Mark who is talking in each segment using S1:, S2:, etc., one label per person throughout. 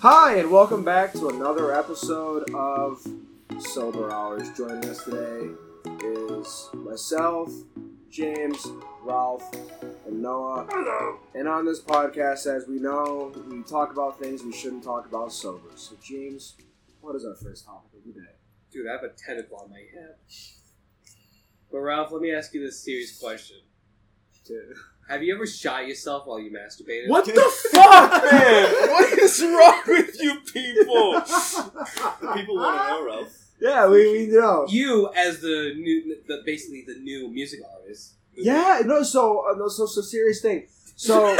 S1: Hi, and welcome back to another episode of Sober Hours. Joining us today is myself, James, Ralph, and Noah. Hello. And on this podcast, as we know, we talk about things we shouldn't talk about sober. So, James, what is our first topic of the day?
S2: Dude, I have a tentacle on my head. But Ralph, let me ask you this serious question.
S1: Dude.
S2: Have you ever shot yourself while you masturbated?
S3: What the fuck, man? What is wrong with you people? People want to know, Ralph.
S1: Yeah, we, we know.
S2: You, as the new, the basically the new music artist.
S1: Yeah, no, so, uh, no, so, so serious thing. So,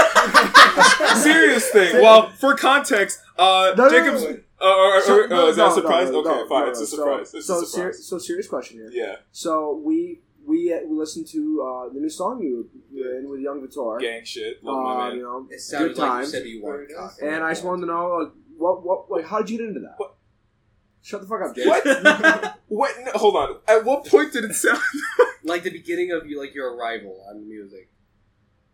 S3: Serious thing. Well, for context, uh,
S1: No, no,
S3: Jacob's.
S1: no, no.
S3: Uh, or, or,
S1: So-
S3: or- oh,
S1: no,
S3: is that
S1: no,
S3: a surprise?
S1: no, no,
S3: okay,
S1: no,
S3: fine.
S1: no,
S3: it's
S1: no.
S3: a surprise.
S1: So,
S3: it's
S1: so,
S3: a
S1: ser-
S3: surprise.
S1: so serious question here.
S3: yeah.
S1: So we we uh, we listened to uh, the new song you were in with Young Vitor.
S3: Gang shit. Love my
S1: Uh,
S3: man.
S1: you know,
S2: It sounded
S1: Good
S2: like
S1: times.
S2: you said you wanted cock.
S1: and I just wanted to know like, what what like how did you get into that?
S3: What?
S1: Shut the fuck up, Jay.
S3: What? what? No, hold on. At what point did it sound?
S2: like the beginning of you, like your arrival on music,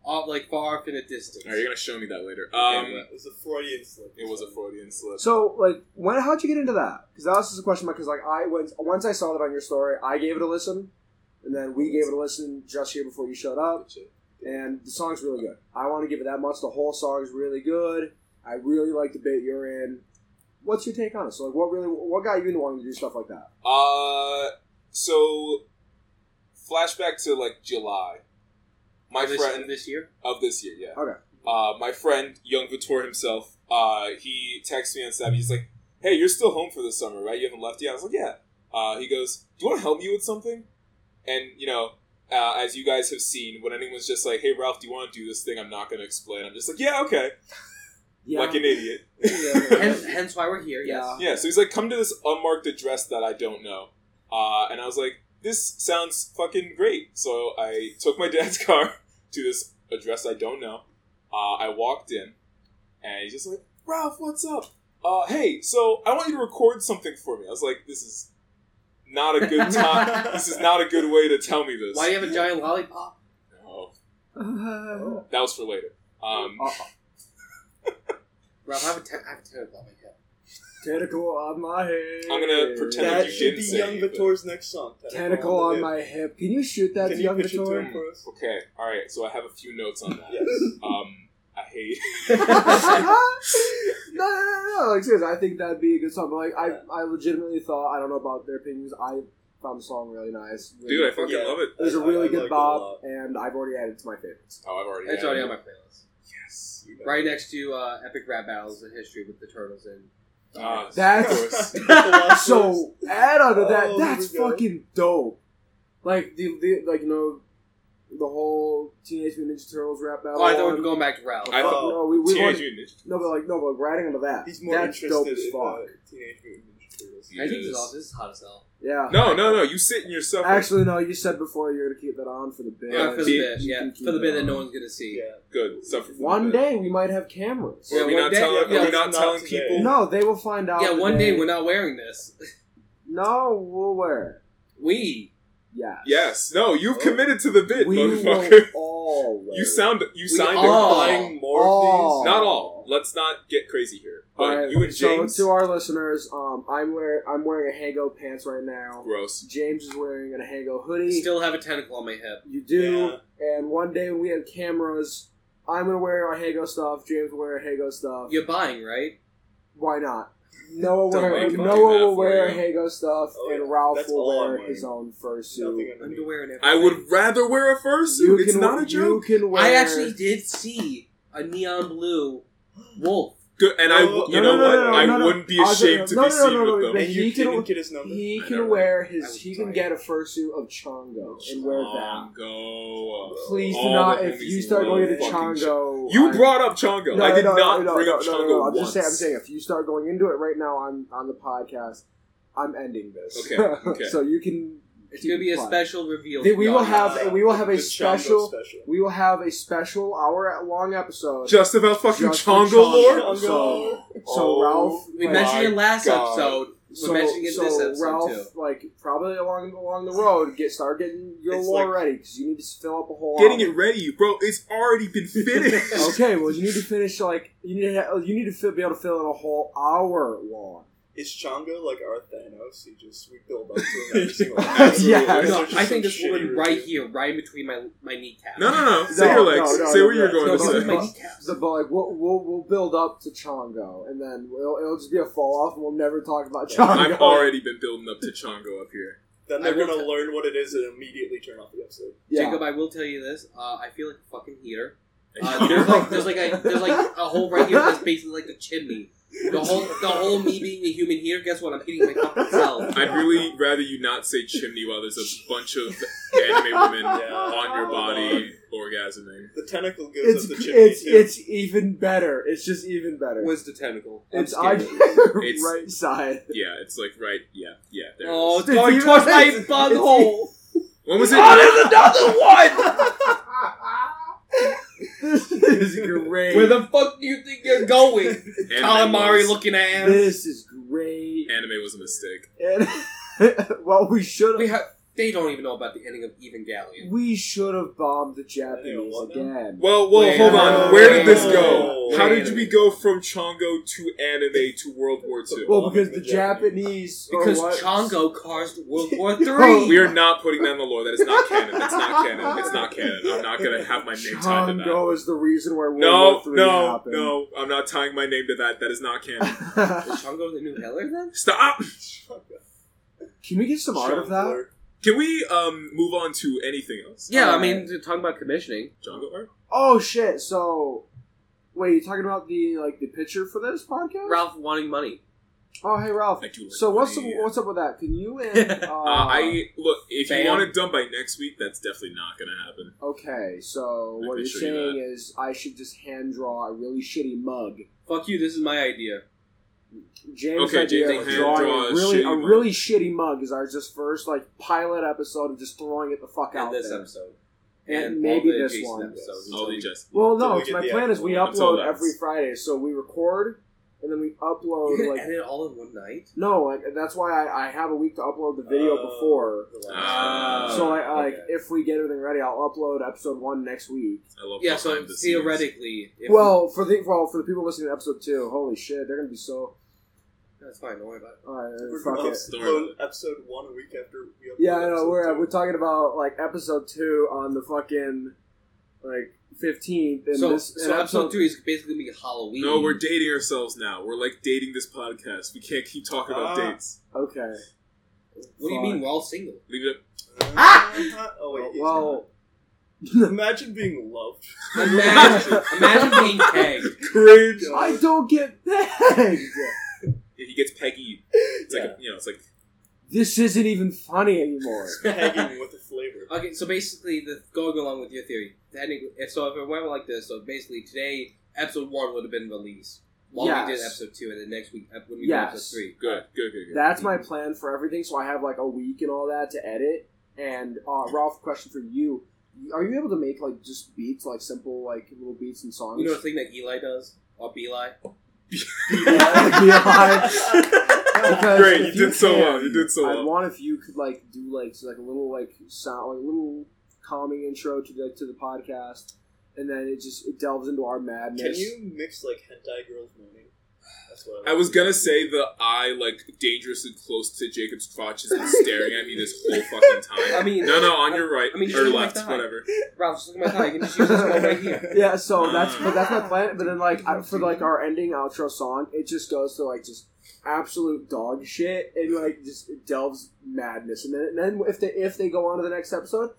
S2: off like far off in a distance.
S3: Alright, you're gonna show me that later.
S2: Okay,
S3: Um,
S2: well,
S4: It was a Freudian slip.
S3: it was a Freudian slip.
S1: So like when how'd you get into that? Because that was just a question because like I once once I saw that on your story, I gave it a listen, and then we gave it a listen just here before you showed up. and the song's really good. I want to give it that much. The whole song's really good. I really like the bit you're in. What's your take on it? So, like, what really, what got you into wanting to do stuff like that?
S3: Uh, so flashback to like July. My
S2: this,
S3: friend
S2: this year.
S3: of this year, yeah.
S1: Okay.
S3: Uh, my friend, young Vitor himself, uh, he texts me on Snap. He's like, "Hey, you're still home for the summer, right? You haven't left yet." I was like, "Yeah." Uh, he goes, "Do you want to help me with something?" And you know, uh, as you guys have seen, when anyone's just like, "Hey, Ralph, do you want to do this thing?" I'm not going to explain. I'm just like, "Yeah, okay,"
S1: Yeah,
S3: like an idiot.
S1: Yeah.
S2: hence, hence why we're here. Yes.
S1: Yeah.
S3: Yeah, so he's like, come to this unmarked address that I don't know. Uh, and I was like, this sounds fucking great. So I took my dad's car to this address I don't know. Uh, I walked in, and he's just like, Ralph, what's up? Uh, hey, so I want you to record something for me. I was like, this is not a good time. this is not a good way to tell me this.
S2: Why do you have a giant lollipop?
S3: No,
S1: Uh,
S3: that was for later. Um,
S1: uh,
S2: Ralph, I have a ten, I have a tentacle on my head.
S1: tentacle on my head.
S3: I'm gonna pretend
S1: that
S3: like
S4: That
S3: you
S4: should
S3: didn't
S4: be
S3: say
S4: Young
S3: anything.
S4: Vitor's next song.
S1: tentacle on my hip. Can you shoot that, to
S4: Can you
S1: young
S4: pitch it to
S1: Victor?
S4: him for us?
S3: okay, all right. So I have a few notes on that.
S4: Yes.
S3: Um, I hate.
S1: no, no, no, no. Like, seriously, I think that'd be a good song. But, like, I, I legitimately thought, I don't know about their opinions. I found the song really nice. Really
S3: Dude, I fucking
S4: Yeah.
S3: love it.
S1: It was a
S4: I-
S1: really
S4: I
S1: good
S4: liked it a
S1: bop,
S4: lot.
S1: and I've already added it to my favorites.
S3: Oh, I've already.
S2: It's
S3: had
S2: already
S3: it.
S2: on my playlist.
S3: Yes.
S2: Right next to uh, epic rap battles in history with the turtles and.
S3: Ah,
S1: That's-
S3: of course.
S1: So add on to that,
S4: Oh,
S1: that's
S4: here we go.
S1: fucking dope. Like the, the like you know, the whole Teenage Mutant Ninja Turtles rap battle.
S2: Oh, I thought we
S1: one.
S2: were going back to Ralph.
S3: I thought
S1: no, we, we
S3: Teenage
S1: already-
S3: Mutant Ninja
S1: no, but like no, but like, riding onto that.
S4: He's more
S1: that's
S4: interested
S1: dope as
S4: in
S1: fuck.
S4: uh, Teenage Mutant Ninja Turtles.
S2: I think this
S3: Yes.
S2: is, all, this is hot as hell.
S1: Yeah.
S3: No, no, no. You sit in yourself.
S1: Actually, no. You said before you're gonna keep that on for the bit.
S2: Yeah, for the
S3: see,
S2: bit,
S1: you
S2: yeah,
S1: can
S2: for the
S1: keep
S2: bit
S1: it
S2: that no
S1: on.
S2: one's gonna see.
S4: Yeah.
S3: good. Suffer from
S1: One
S3: the bit.
S1: day we might have cameras.
S2: Yeah,
S3: Are we
S2: one
S3: not
S2: day-
S3: telling?
S2: yeah,
S3: are we not
S4: not
S3: telling
S4: today.
S3: people?
S1: No, they will find out.
S2: Yeah, one
S1: today.
S2: day we're not wearing this.
S1: No, we'll wear. it.
S2: We
S1: Yeah.
S3: Yes. No. You've
S4: Oh.
S3: committed to the bid,
S1: we will
S3: motherfucker.
S1: all wear.
S3: You
S1: it.
S3: sound. You signed
S2: all-
S3: it.
S4: Buying more
S1: Oh.
S4: of these.
S3: Not all. Let's not get crazy here. But
S1: Alright,
S3: you and James.
S1: So to our listeners, um, I'm wearing I'm wearing a Hago pants right now.
S3: gross.
S1: James is wearing an Hago hoodie.
S2: still have a tentacle on my hip.
S1: you do. And one day when we have cameras, I'm gonna wear our Hago stuff. James will wear our Hago stuff.
S2: You're buying, right?
S1: Why not? Noah will
S3: Don't
S1: wear,
S3: make me do
S1: Noah
S3: that
S1: will
S3: for
S1: wear
S3: you.
S1: Hago stuff,
S4: Oh,
S1: and
S4: yeah.
S1: Ralph
S4: That's
S1: will
S4: all I'm
S1: wear
S4: wearing.
S1: his own
S4: Nothing
S1: fursuit.
S4: underneath.
S2: Underwear and everything.
S3: I would rather wear a fursuit. It's not a
S1: You
S3: joke.
S1: can wear.
S2: I actually did see a neon blue wolf.
S3: Good. And I.
S4: No,
S3: You
S1: no,
S3: know
S1: no,
S3: what?
S1: no, no,
S3: I
S1: no, no.
S3: wouldn't be
S1: I was
S3: ashamed to
S1: gonna-
S3: be
S1: no, no, no,
S3: seen
S1: no,
S3: with
S1: no,
S3: them.
S1: no.
S4: And you
S1: He can-
S4: didn't get his number.
S1: He
S3: I
S1: can
S3: know.
S1: wear
S2: I
S1: his.
S2: was
S1: He can
S2: dying.
S1: get a fursuit of Chongo and wear that.
S3: Go.
S1: Please do
S3: All
S1: not.
S3: the
S1: If
S3: homies
S1: you start going
S3: love
S1: to
S3: fucking
S1: Chongo,
S3: You
S1: I-
S3: brought up Chongo. I did not bring up Chongo
S1: I'm
S3: once.
S1: just saying. I'm saying if you start going into it right now on on the podcast, I'm ending this.
S3: Okay, okay.
S1: so you can.
S2: It's
S1: keep
S2: gonna be a
S1: it quiet.
S2: special reveal.
S1: Then we will have
S4: Uh,
S1: a- we will have a
S4: the Chongo
S1: special-
S4: special.
S1: We will have a special hour long episode.
S3: Just about fucking
S1: Just for
S3: Chongo
S1: Chongo.
S3: lore.
S1: Chongo.
S4: Chongo.
S1: so Ralph,
S2: We
S5: Oh,
S1: like,
S2: mentioned
S3: Oh my
S2: it last
S3: God.
S2: episode.
S1: So,
S5: mentioning it
S1: so
S5: this episode,
S1: Ralph,
S5: too.
S1: like probably along along the road, get start getting your
S4: It's
S1: lore
S4: like-
S1: ready because you need to fill up a whole.
S3: Getting
S1: album.
S3: it ready, bro. It's already been finished.
S1: Okay, well you need to finish like you need to ha- you need to fi- be able to fill in a whole hour long.
S4: Is Changa like our Thanos? He just we build up to him every single
S1: Yeah.
S4: episode. There's
S5: No,
S4: just
S5: I think
S4: some
S5: this woman
S4: shitty
S5: right
S4: review.
S5: here, right in between my my kneecap.
S3: no, no, no. Say
S1: No,
S3: your legs.
S1: no, no,
S3: say
S1: no,
S3: what you're
S1: no,
S3: going
S5: no,
S3: to
S5: this
S3: say.
S5: is my kneecaps.
S1: So, but like we'll, we'll we'll build up to Chongo, and then we'll, it'll just be a fall off, and we'll never talk about
S4: Yeah,
S1: Chongo.
S3: I've already been building up to Chongo up here.
S4: Then
S5: I
S4: they're
S5: will
S4: gonna
S5: t-
S4: learn what it is and immediately turn off the episode.
S1: yeah.
S5: Jacob, I will tell you this. Uh, I feel like a fucking heater. Uh, there's like there's like a there's like a hole right here that's basically like the chimney. The whole the whole me being a human heater. Guess what? I'm hitting my fucking self.
S3: I'd really rather you not say chimney while there's a bunch of anime women
S4: Yeah.
S3: on your body orgasming.
S4: The tentacle goes
S1: It's
S4: up the chimney
S1: it's
S4: too.
S1: it's even better. It's just even better.
S5: Where's the tentacle? I'm
S1: it's on
S5: scared.
S1: your
S3: It's-
S1: right side.
S3: Yeah, it's like right. Yeah, yeah. There. it
S5: Oh,
S3: is.
S5: it's going
S1: It's
S5: towards
S1: even-
S5: my
S1: it's-
S5: butthole.
S3: when was it?
S5: Oh,
S1: This is great.
S5: Where the fuck do you think you're going?
S3: Anime
S5: Calamari
S3: was-
S5: looking ass.
S1: this is great.
S3: Anime was a mistake.
S1: And well, we should
S5: We
S1: have
S5: have. They don't even know about the ending of Evangelion.
S1: we should have bombed the Japanese
S4: what now?
S1: again.
S3: Well, well,
S5: Wait,
S3: hold
S1: no,
S3: on. Where did this
S4: wait,
S3: go?
S4: no,
S3: How
S5: wait.
S3: did we go from Chongo to anime to World War II?
S1: Well, because the Japanese or
S5: Because
S1: what-
S5: Chongo caused World War
S1: Oh,
S5: Three.
S3: We are not putting that in the lore. That is not canon. That's not canon. It's not canon. I'm not gonna have my name tied to that.
S1: Chongo is the reason why World
S3: No,
S1: War Three
S3: no,
S1: happened.
S3: no. I'm not tying my name to that. That is not canon.
S5: Is Chongo the new Hitler then?
S3: Stop.
S1: Can we get some art of that?
S3: Can we um move on to anything else?
S5: Yeah, I
S1: Alright.
S5: mean, they're talking about commissioning.
S3: Chongo art.
S1: Oh shit! So, wait, you talking about the like the picture for this podcast?
S5: Ralph wanting money.
S1: Oh, hey Ralph.
S3: I do. like
S1: So what's the,
S3: the-
S1: what's up with that? Can you and uh,
S3: Uh, I look. If
S5: Bam.
S3: you want it done by next week, that's definitely not gonna happen.
S1: okay? So
S3: I
S1: what
S3: can
S1: you're
S3: show you
S1: saying is I should just hand draw a really shitty mug.
S5: Fuck you. This is my idea.
S1: James'
S3: Okay,
S1: idea
S3: James,
S1: of
S3: hand
S1: drawing
S3: draw
S1: a
S3: a
S1: really a
S3: shitty mug.
S1: really shitty mug is ours just first like pilot episode of just throwing it the fuck
S5: And
S1: out
S5: this
S1: there.
S5: episode.
S1: And
S5: all
S1: maybe
S5: the
S1: this
S5: adjacent
S1: one.
S5: episodes.
S3: All the just
S1: Well,
S4: Until
S1: no,
S4: we
S1: it's
S4: get
S1: my
S4: the
S1: plan is we
S4: actual-
S3: until
S1: upload
S3: that's-
S1: every Friday, so we record and then we
S5: You
S1: upload
S5: can
S1: like
S5: edit it all in one night.
S1: no, like, that's why I, I have a week to upload the video before.
S3: Ah.
S1: So I, I- like
S5: Oh. okay.
S1: if we get everything ready, I'll upload episode one next week.
S3: I love.
S5: Yeah. So
S3: behind the scenes.
S5: theoretically, if
S1: Well, for the well for the people listening to episode two, holy shit, they're gonna be so.
S5: that's fine. Don't worry about it.
S1: Uh,
S4: We're
S1: fuck
S4: gonna
S1: it.
S4: upload episode one a week after we upload
S1: Yeah, I know.
S4: episode
S1: We're
S4: two.
S1: we're talking about like episode two on the fucking like fifteenth, and
S5: so,
S1: this
S5: so
S1: and
S5: episode three is basically gonna be Halloween.
S3: No, we're dating ourselves now. We're like dating this podcast. We can't keep talking about
S4: Ah.
S3: dates.
S1: Okay.
S5: What do you mean? We're all single.
S3: Leave it up.
S4: Ah! Oh wait, he's
S1: well,
S4: not. imagine being loved.
S5: Imagine, imagine being tagged.
S3: Cringe.
S1: I don't get pegged.
S3: He gets Peggy. It's like a, you know, it's like
S1: this isn't even funny anymore.
S4: Pegging with a flavor.
S5: Okay, so basically, the, going along with your theory, technically, if so, if it went like this, so basically today episode one would have been released while we did
S1: Yes.
S5: episode two, and then next week ep- when we
S1: Yes.
S5: do episode three.
S3: good, good, good, good.
S1: That's my plan for everything. So I have like a week and all that to edit. And uh, Ralph, question for you: Are you able to make like just beats, like simple like little beats and songs?
S5: You know the thing that Eli does or Beli?
S1: Yeah, yeah. Because
S3: Great,
S1: if
S3: you did so
S1: can,
S3: well, you did so
S1: I
S3: well.
S1: want if you could like do like so, like a little like sound, like a little calming intro to the to the podcast, and then it just it delves into our
S4: Can
S1: madness.
S4: you mix like hentai girls moaning? That's what
S3: I was gonna say the eye like dangerously close to Jacob's crotch has been staring at me this whole fucking time.
S5: I mean-
S3: no, no, on your right
S5: I mean, just
S3: or
S5: look at my
S3: left,
S5: thigh.
S3: whatever.
S5: Ralph, just look at my thigh. You can just use this one right here.
S1: Yeah, so that's
S3: Ah.
S1: but that's my plan. But then like I, for like our ending outro song, it just goes to like just absolute dog shit and like just it delves madness. And then and then if they if they go on to the next episode,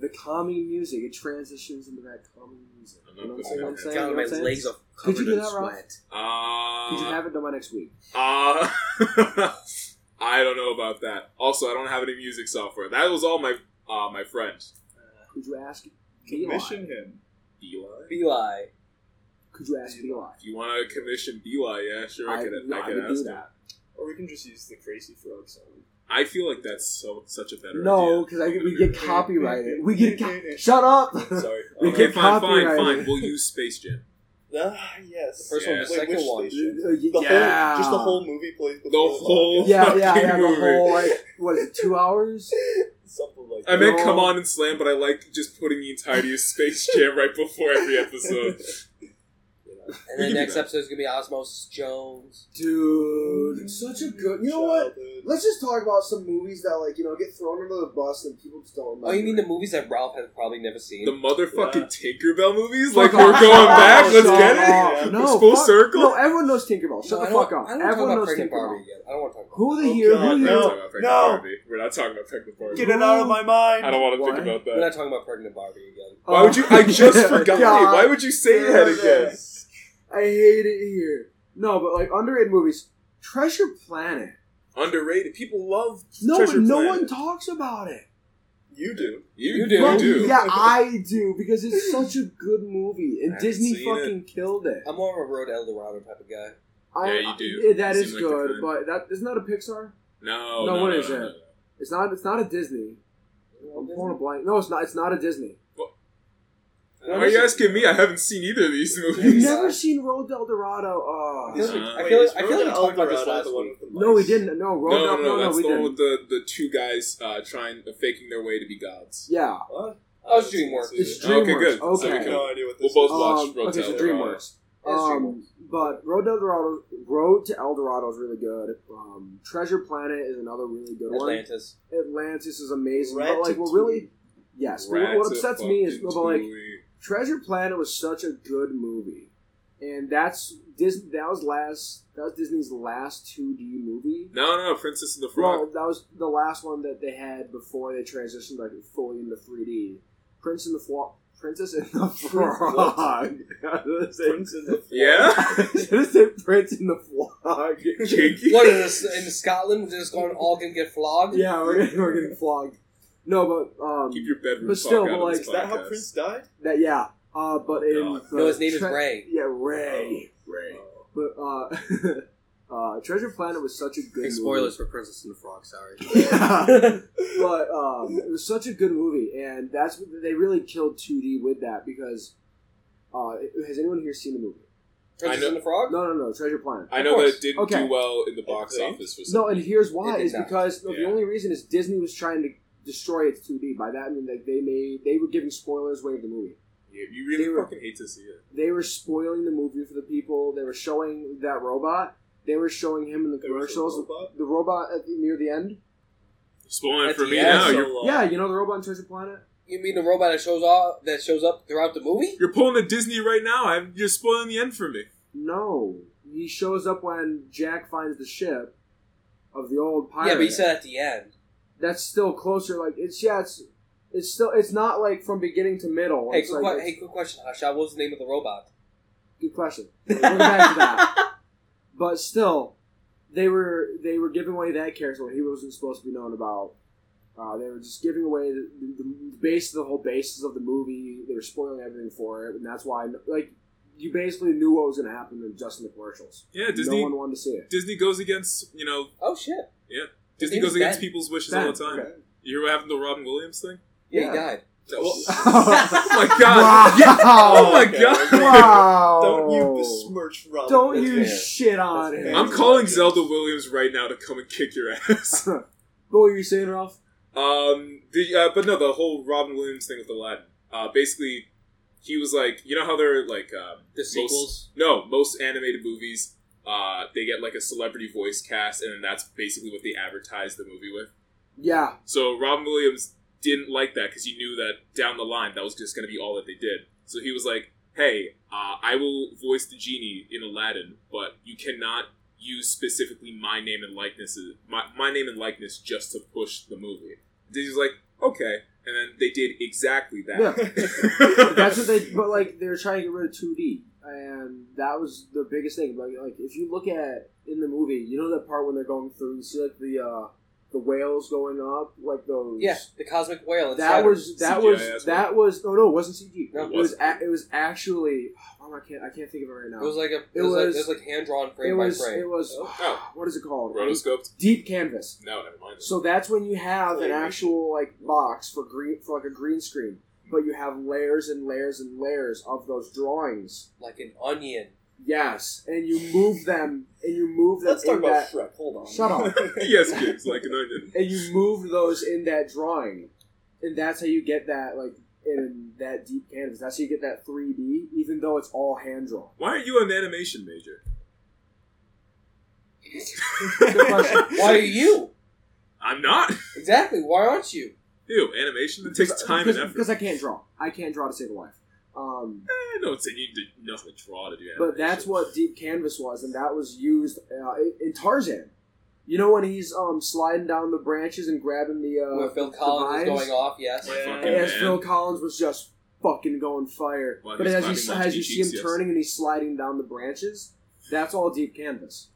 S1: the calming music it transitions into that calming music.
S3: I'm not
S1: You know
S3: putting
S1: what I'm
S3: that
S1: saying? You know
S5: God,
S1: what
S5: my
S1: I'm saying?
S5: legs are
S1: Could
S5: covered
S1: you do
S5: in
S1: that, Ralph?
S5: sweat.
S1: Could you
S3: Uh,
S1: have it done by next week?
S3: uh I don't know about that. Also, I don't have any music software. That was all my uh, my friend.
S1: Could you ask? Eli?
S4: commission him.
S3: Eli.
S5: Beli.
S1: Could you ask Eli?
S3: If you want to commission Eli, yeah, sure, I,
S1: I-
S3: could.
S1: no,
S3: I,
S1: I
S3: could
S1: would do
S3: ask him.
S1: that.
S4: Or we can just use the crazy frog song.
S3: I feel like that's so such a better
S1: No,
S3: idea.
S1: because we get copyrighted. We get co- shut up.
S4: Sorry.
S1: We
S4: Uh,
S1: get
S3: Okay, fine, fine,
S1: copyrighted.
S3: fine. We'll use Space Jam.
S4: Ah, yes.
S2: The first one,
S3: Yeah.
S2: the
S4: Wait,
S2: second
S4: which
S2: one.
S4: station?
S1: The
S4: The
S1: yeah.
S4: whole, just the whole movie plays before
S3: whole-
S4: podcast.
S1: Yeah, yeah, yeah. The
S3: Fucking
S1: whole like what is it, two hours?
S4: something like
S3: I
S4: that.
S3: meant
S1: No.
S3: come on and slam, but I like just putting the entirety of Space Jam right before every episode.
S2: And then
S3: can do
S2: next
S3: that.
S2: episode is gonna be Osmosis Jones.
S1: Dude, it's such a good. You know what?
S4: Childhood.
S1: Let's just talk about some movies that like you know get thrown under the bus and people just don't. Remember.
S2: Oh, you mean the movies that Ralph has probably never seen?
S3: The motherfucking Tinkerbell movies?
S1: Fuck
S3: like, we're
S1: off.
S3: going back?
S1: Shut
S3: Let's
S1: up.
S3: get it?
S1: Shut up.
S3: It's
S1: No,
S3: full
S1: fuck-
S3: circle?
S1: No, everyone knows Tinkerbell. Shut
S2: No, I
S1: the
S2: don't-
S1: fuck up.
S2: I don't
S1: Everyone
S2: talk
S1: knows
S2: about Pregnant Barbie
S1: Tinkerbell.
S2: again. I don't want to talk about.
S1: Who the
S4: Oh,
S1: hero?
S4: God,
S1: Who
S3: We're
S1: the
S3: not
S4: no.
S1: hero?
S3: talking about Pregnant
S4: No.
S3: Barbie. We're not talking about Pregnant Barbie.
S4: Get it out of my mind.
S3: I don't want to
S1: What?
S3: think about
S2: We're
S3: that.
S2: not talking about Pregnant Barbie again.
S3: Why would you? I just forgot.
S1: Oh, God.
S3: Why would you say that again?
S4: Yes.
S1: I hate it here. No, but like underrated movies, Treasure Planet.
S3: Underrated. People love
S1: No,
S3: Treasure
S1: but no
S3: Planet.
S1: one talks about it.
S4: You do.
S3: You,
S2: You do.
S3: do.
S1: Well,
S3: You do.
S1: Yeah, I do because it's such a good movie, and
S3: I haven't
S1: Disney
S3: seen
S1: fucking killed it.
S2: I'm more of a Road Eldorado type of guy.
S1: I,
S3: Yeah, you do.
S1: I- yeah, that
S3: You
S1: is
S3: seem like the
S1: good,
S3: kind.
S1: but that isn't that a Pixar?
S3: No.
S1: No,
S3: No.
S1: what
S3: no,
S1: is
S3: no,
S1: it?
S3: no.
S1: It's not. It's not a Disney. I'm pulling a blank. No, it's not. It's not a Disney.
S3: Why are you asking me? I haven't seen either of these
S1: You've
S3: movies.
S2: Yeah.
S1: never seen Road Del Dorado. Oh.
S2: I feel like,
S3: Uh,
S2: I feel
S4: Wait,
S2: like,
S4: is
S2: I feel like we
S4: Roman
S2: talked about this
S4: Alvarado
S2: last
S4: the one
S2: week.
S4: with the
S1: no, we
S4: mics?
S1: didn't. No, Road
S3: no, no,
S1: Del
S3: no,
S1: no,
S3: That's
S1: we
S3: the one with
S1: didn't.
S3: the, the two guys uh, trying, uh, faking their way to be gods.
S1: Yeah,
S4: What?
S2: Oh, it's DreamWorks.
S1: it's
S3: Okay,
S1: DreamWorks.
S3: good. So
S1: Okay.
S3: we
S4: I have no idea what
S3: We'll
S4: this
S3: both
S4: is.
S3: watch
S1: Um,
S3: Road
S1: okay,
S3: to
S1: so
S3: El Dorado.
S1: DreamWorks.
S2: It's
S1: Um, but Road to El Dorado, Road to El Dorado is really good. Um, Treasure Planet is another really good
S2: Atlantis.
S1: one. Atlantis is amazing. But like, what
S4: Ratatouille.
S1: really, yes. but What, what
S3: Rats of
S1: upsets me is,
S3: fucking
S1: but like,
S3: Tui.
S1: Treasure Planet was such a good movie, and that's Disney. That was last. That was Disney's last two D movie.
S3: no, no, Princess and the Frog.
S1: Well, that was the last one that they had before they transitioned like fully into three D. Prince and the Frog. Princess and the Frog. I was gonna say-
S3: yeah,
S1: I was gonna say Prince and the Frog.
S3: Kinky.
S2: What is this in Scotland? We're just going all gonna get flogged.
S1: yeah, we're getting, we're getting flogged. No, but um,
S3: Keep your bedroom.
S1: But
S3: fuck
S1: still,
S3: out
S1: but
S3: of
S1: like,
S3: this
S4: Is that how
S3: podcast.
S4: Prince died?
S1: that yeah. Uh, but in
S3: Oh, God.
S1: the
S2: No, his name is
S1: tre-
S2: Ray.
S1: Yeah,
S3: Oh,
S1: Ray.
S3: Ray.
S1: But uh, uh, Treasure Planet was such a good
S2: Big
S1: movie.
S2: spoilers for Princess and the Frog. Sorry.
S1: Yeah. but um, it was such a good movie, and that's what- they really killed 2D with that because uh, has anyone here seen the movie?
S2: Princess
S3: know-
S2: and the Frog.
S1: No, no, no, Treasure Planet.
S3: I
S2: Of
S3: know that
S2: course.
S3: it didn't
S1: Okay.
S3: do well in the box
S4: Okay.
S3: office. For some
S1: No, and here's why
S2: It did
S1: is
S2: not.
S1: because no, the
S3: Yeah.
S1: only reason is Disney was trying to destroy its 2D. By that I mean like they made they were giving spoilers away of the movie.
S3: Yeah, you really
S1: They were-
S3: fucking hate to see it.
S1: They were spoiling the movie for the people. They were showing that robot. They were showing him in the
S4: There was a
S1: commercials.
S4: robot?
S1: The robot at the, near the end.
S3: You're spoiling it
S2: At
S3: for
S2: the
S3: me
S2: end,
S3: now.
S4: so
S3: You're,
S4: long.
S1: Yeah, you know the robot in Treasure Planet.
S2: You mean the robot that shows up that shows up throughout the movie?
S3: you're pulling a Disney right now. I'm, you're spoiling the end for me.
S1: No, he shows up when Jack finds the ship of the old pirate.
S2: Yeah, but you said at the end.
S1: that's still closer. Like it's yeah, it's it's still it's not like from beginning to middle.
S2: Hey,
S1: it's
S2: quick,
S1: like,
S2: que- hey, quick question, Hasha. What was the name of the robot?
S1: good question. We'll get back to that. But still, they were they were giving away that character when he wasn't supposed to be known about. Uh, they were just giving away the, the, the base, the whole basis of the movie. They were spoiling everything for it, and that's why like you basically knew what was going to happen in just in the commercials.
S3: Yeah, Disney.
S1: No one wanted to see it.
S3: Disney goes against you know.
S2: Oh shit!
S3: Disney
S2: name
S3: goes
S2: is Ben.
S3: against people's wishes
S1: Ben,
S3: all the time.
S1: okay.
S3: You hear what happened to the Robin Williams thing?
S2: Yeah,
S1: Yeah.
S2: he died.
S3: oh my god! Yeah. Oh my
S4: Okay.
S3: god!
S1: Wow!
S4: Don't you besmirch Robin.
S1: Don't
S4: That's
S1: you
S4: fair.
S1: shit on
S4: That's
S1: him.
S4: fair.
S3: I'm calling Zelda Williams right now to come and kick your ass.
S1: What were you saying, Ralph?
S3: Um, the uh, but no, the whole Robin Williams thing with Aladdin. Uh, basically, he was like, you know how they're like, um,
S2: The
S3: Most-
S2: sequels.
S3: no, most animated movies, uh, they get like a celebrity voice cast, and then that's basically what they advertise the movie with.
S1: Yeah,
S3: So Robin Williams didn't like that because he knew that down the line that was just going to be all that they did. So he was like, "Hey, uh, I will voice the genie in Aladdin, but you cannot use specifically my name and likeness my, my name and likeness just to push the movie." Disney's like, "Okay," and then they did exactly that.
S1: that's what they. But like, they were trying to get rid of 2D, and that was the biggest thing. Like, like if you look at in the movie, you know that part when they're going through, you see like the uh, the whales going up, like those.
S2: Yeah, the cosmic whale. and
S1: That
S2: Saturn.
S1: was that
S3: CGI,
S1: was
S3: that's
S1: that was no no it wasn't CG.
S2: No,
S1: it
S2: it
S1: was a, it was actually oh, I can't I can't think of it right now.
S2: It was like a. It,
S1: It
S2: was, like,
S1: was-
S2: it was like hand drawn frame
S1: it was,
S2: by frame.
S1: it was-
S3: Oh.
S1: what is it called?
S3: Rotoscoped?
S1: Deep canvas.
S3: No, never mind.
S1: So that's when you have an
S4: Clear.
S1: actual like box for green for like a green screen. but you have layers and layers and layers of those drawings.
S2: like an onion.
S1: Yes, and you move them, and you move them
S4: Let's
S1: in
S4: talk
S1: that,
S4: about Shrek. Hold on.
S1: Shut up.
S3: yes, kids, like an onion.
S1: and you move those in that drawing, and that's how you get that like in that deep canvas. That's how you get that three D, even though it's all hand drawn.
S3: Why aren't you an animation major?
S1: Good question.
S2: Why are you?
S3: I'm not.
S2: Exactly. Why aren't you?
S3: Ew, animation that takes time and
S1: because,
S3: effort.
S1: because I can't draw. I can't draw to save a life. Um,
S3: I know it's you need to know how to draw to do animation.
S1: But that's what deep canvas was, and that was used uh, in Tarzan. You know when he's um, sliding down the branches and grabbing the uh,
S2: Where Phil Collins
S1: vibes?
S2: is going off, yes.
S3: My fucking
S1: As
S3: man.
S1: Phil Collins was just fucking going fire.
S3: Well,
S1: but
S3: he's
S1: as you
S3: clapping
S1: as you
S3: cheeks,
S1: see him
S3: yes.
S1: turning and he's sliding down the branches, that's all deep canvas.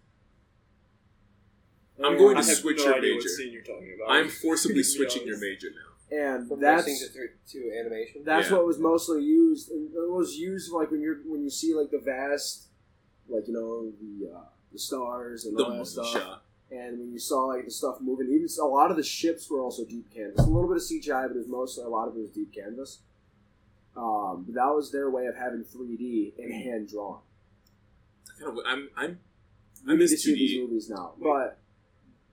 S3: I'm
S1: And-
S3: going
S4: I
S3: to
S4: have
S3: switch
S4: no
S3: your
S4: idea
S3: major.
S4: What scene you're talking about.
S3: I'm forcibly
S4: Yeah.
S3: switching your major now.
S1: and
S2: From
S1: that's
S2: racing to, thr- to animation.
S1: that's
S3: Yeah.
S1: what was mostly used. And it was used like when you're when you see like the vast, like you know the uh, the stars and
S3: The
S1: all that
S3: moon
S1: stuff.
S3: shot.
S1: and when you saw like the stuff moving, even a lot of the ships were also deep canvas. A little bit of CGI, but it was mostly a lot of it was deep canvas. Um, but that was their way of having 3D and hand drawn.
S3: I kinda w- I'm I'm I
S1: You need to
S3: miss
S1: see these
S3: 2D.
S1: movies now, but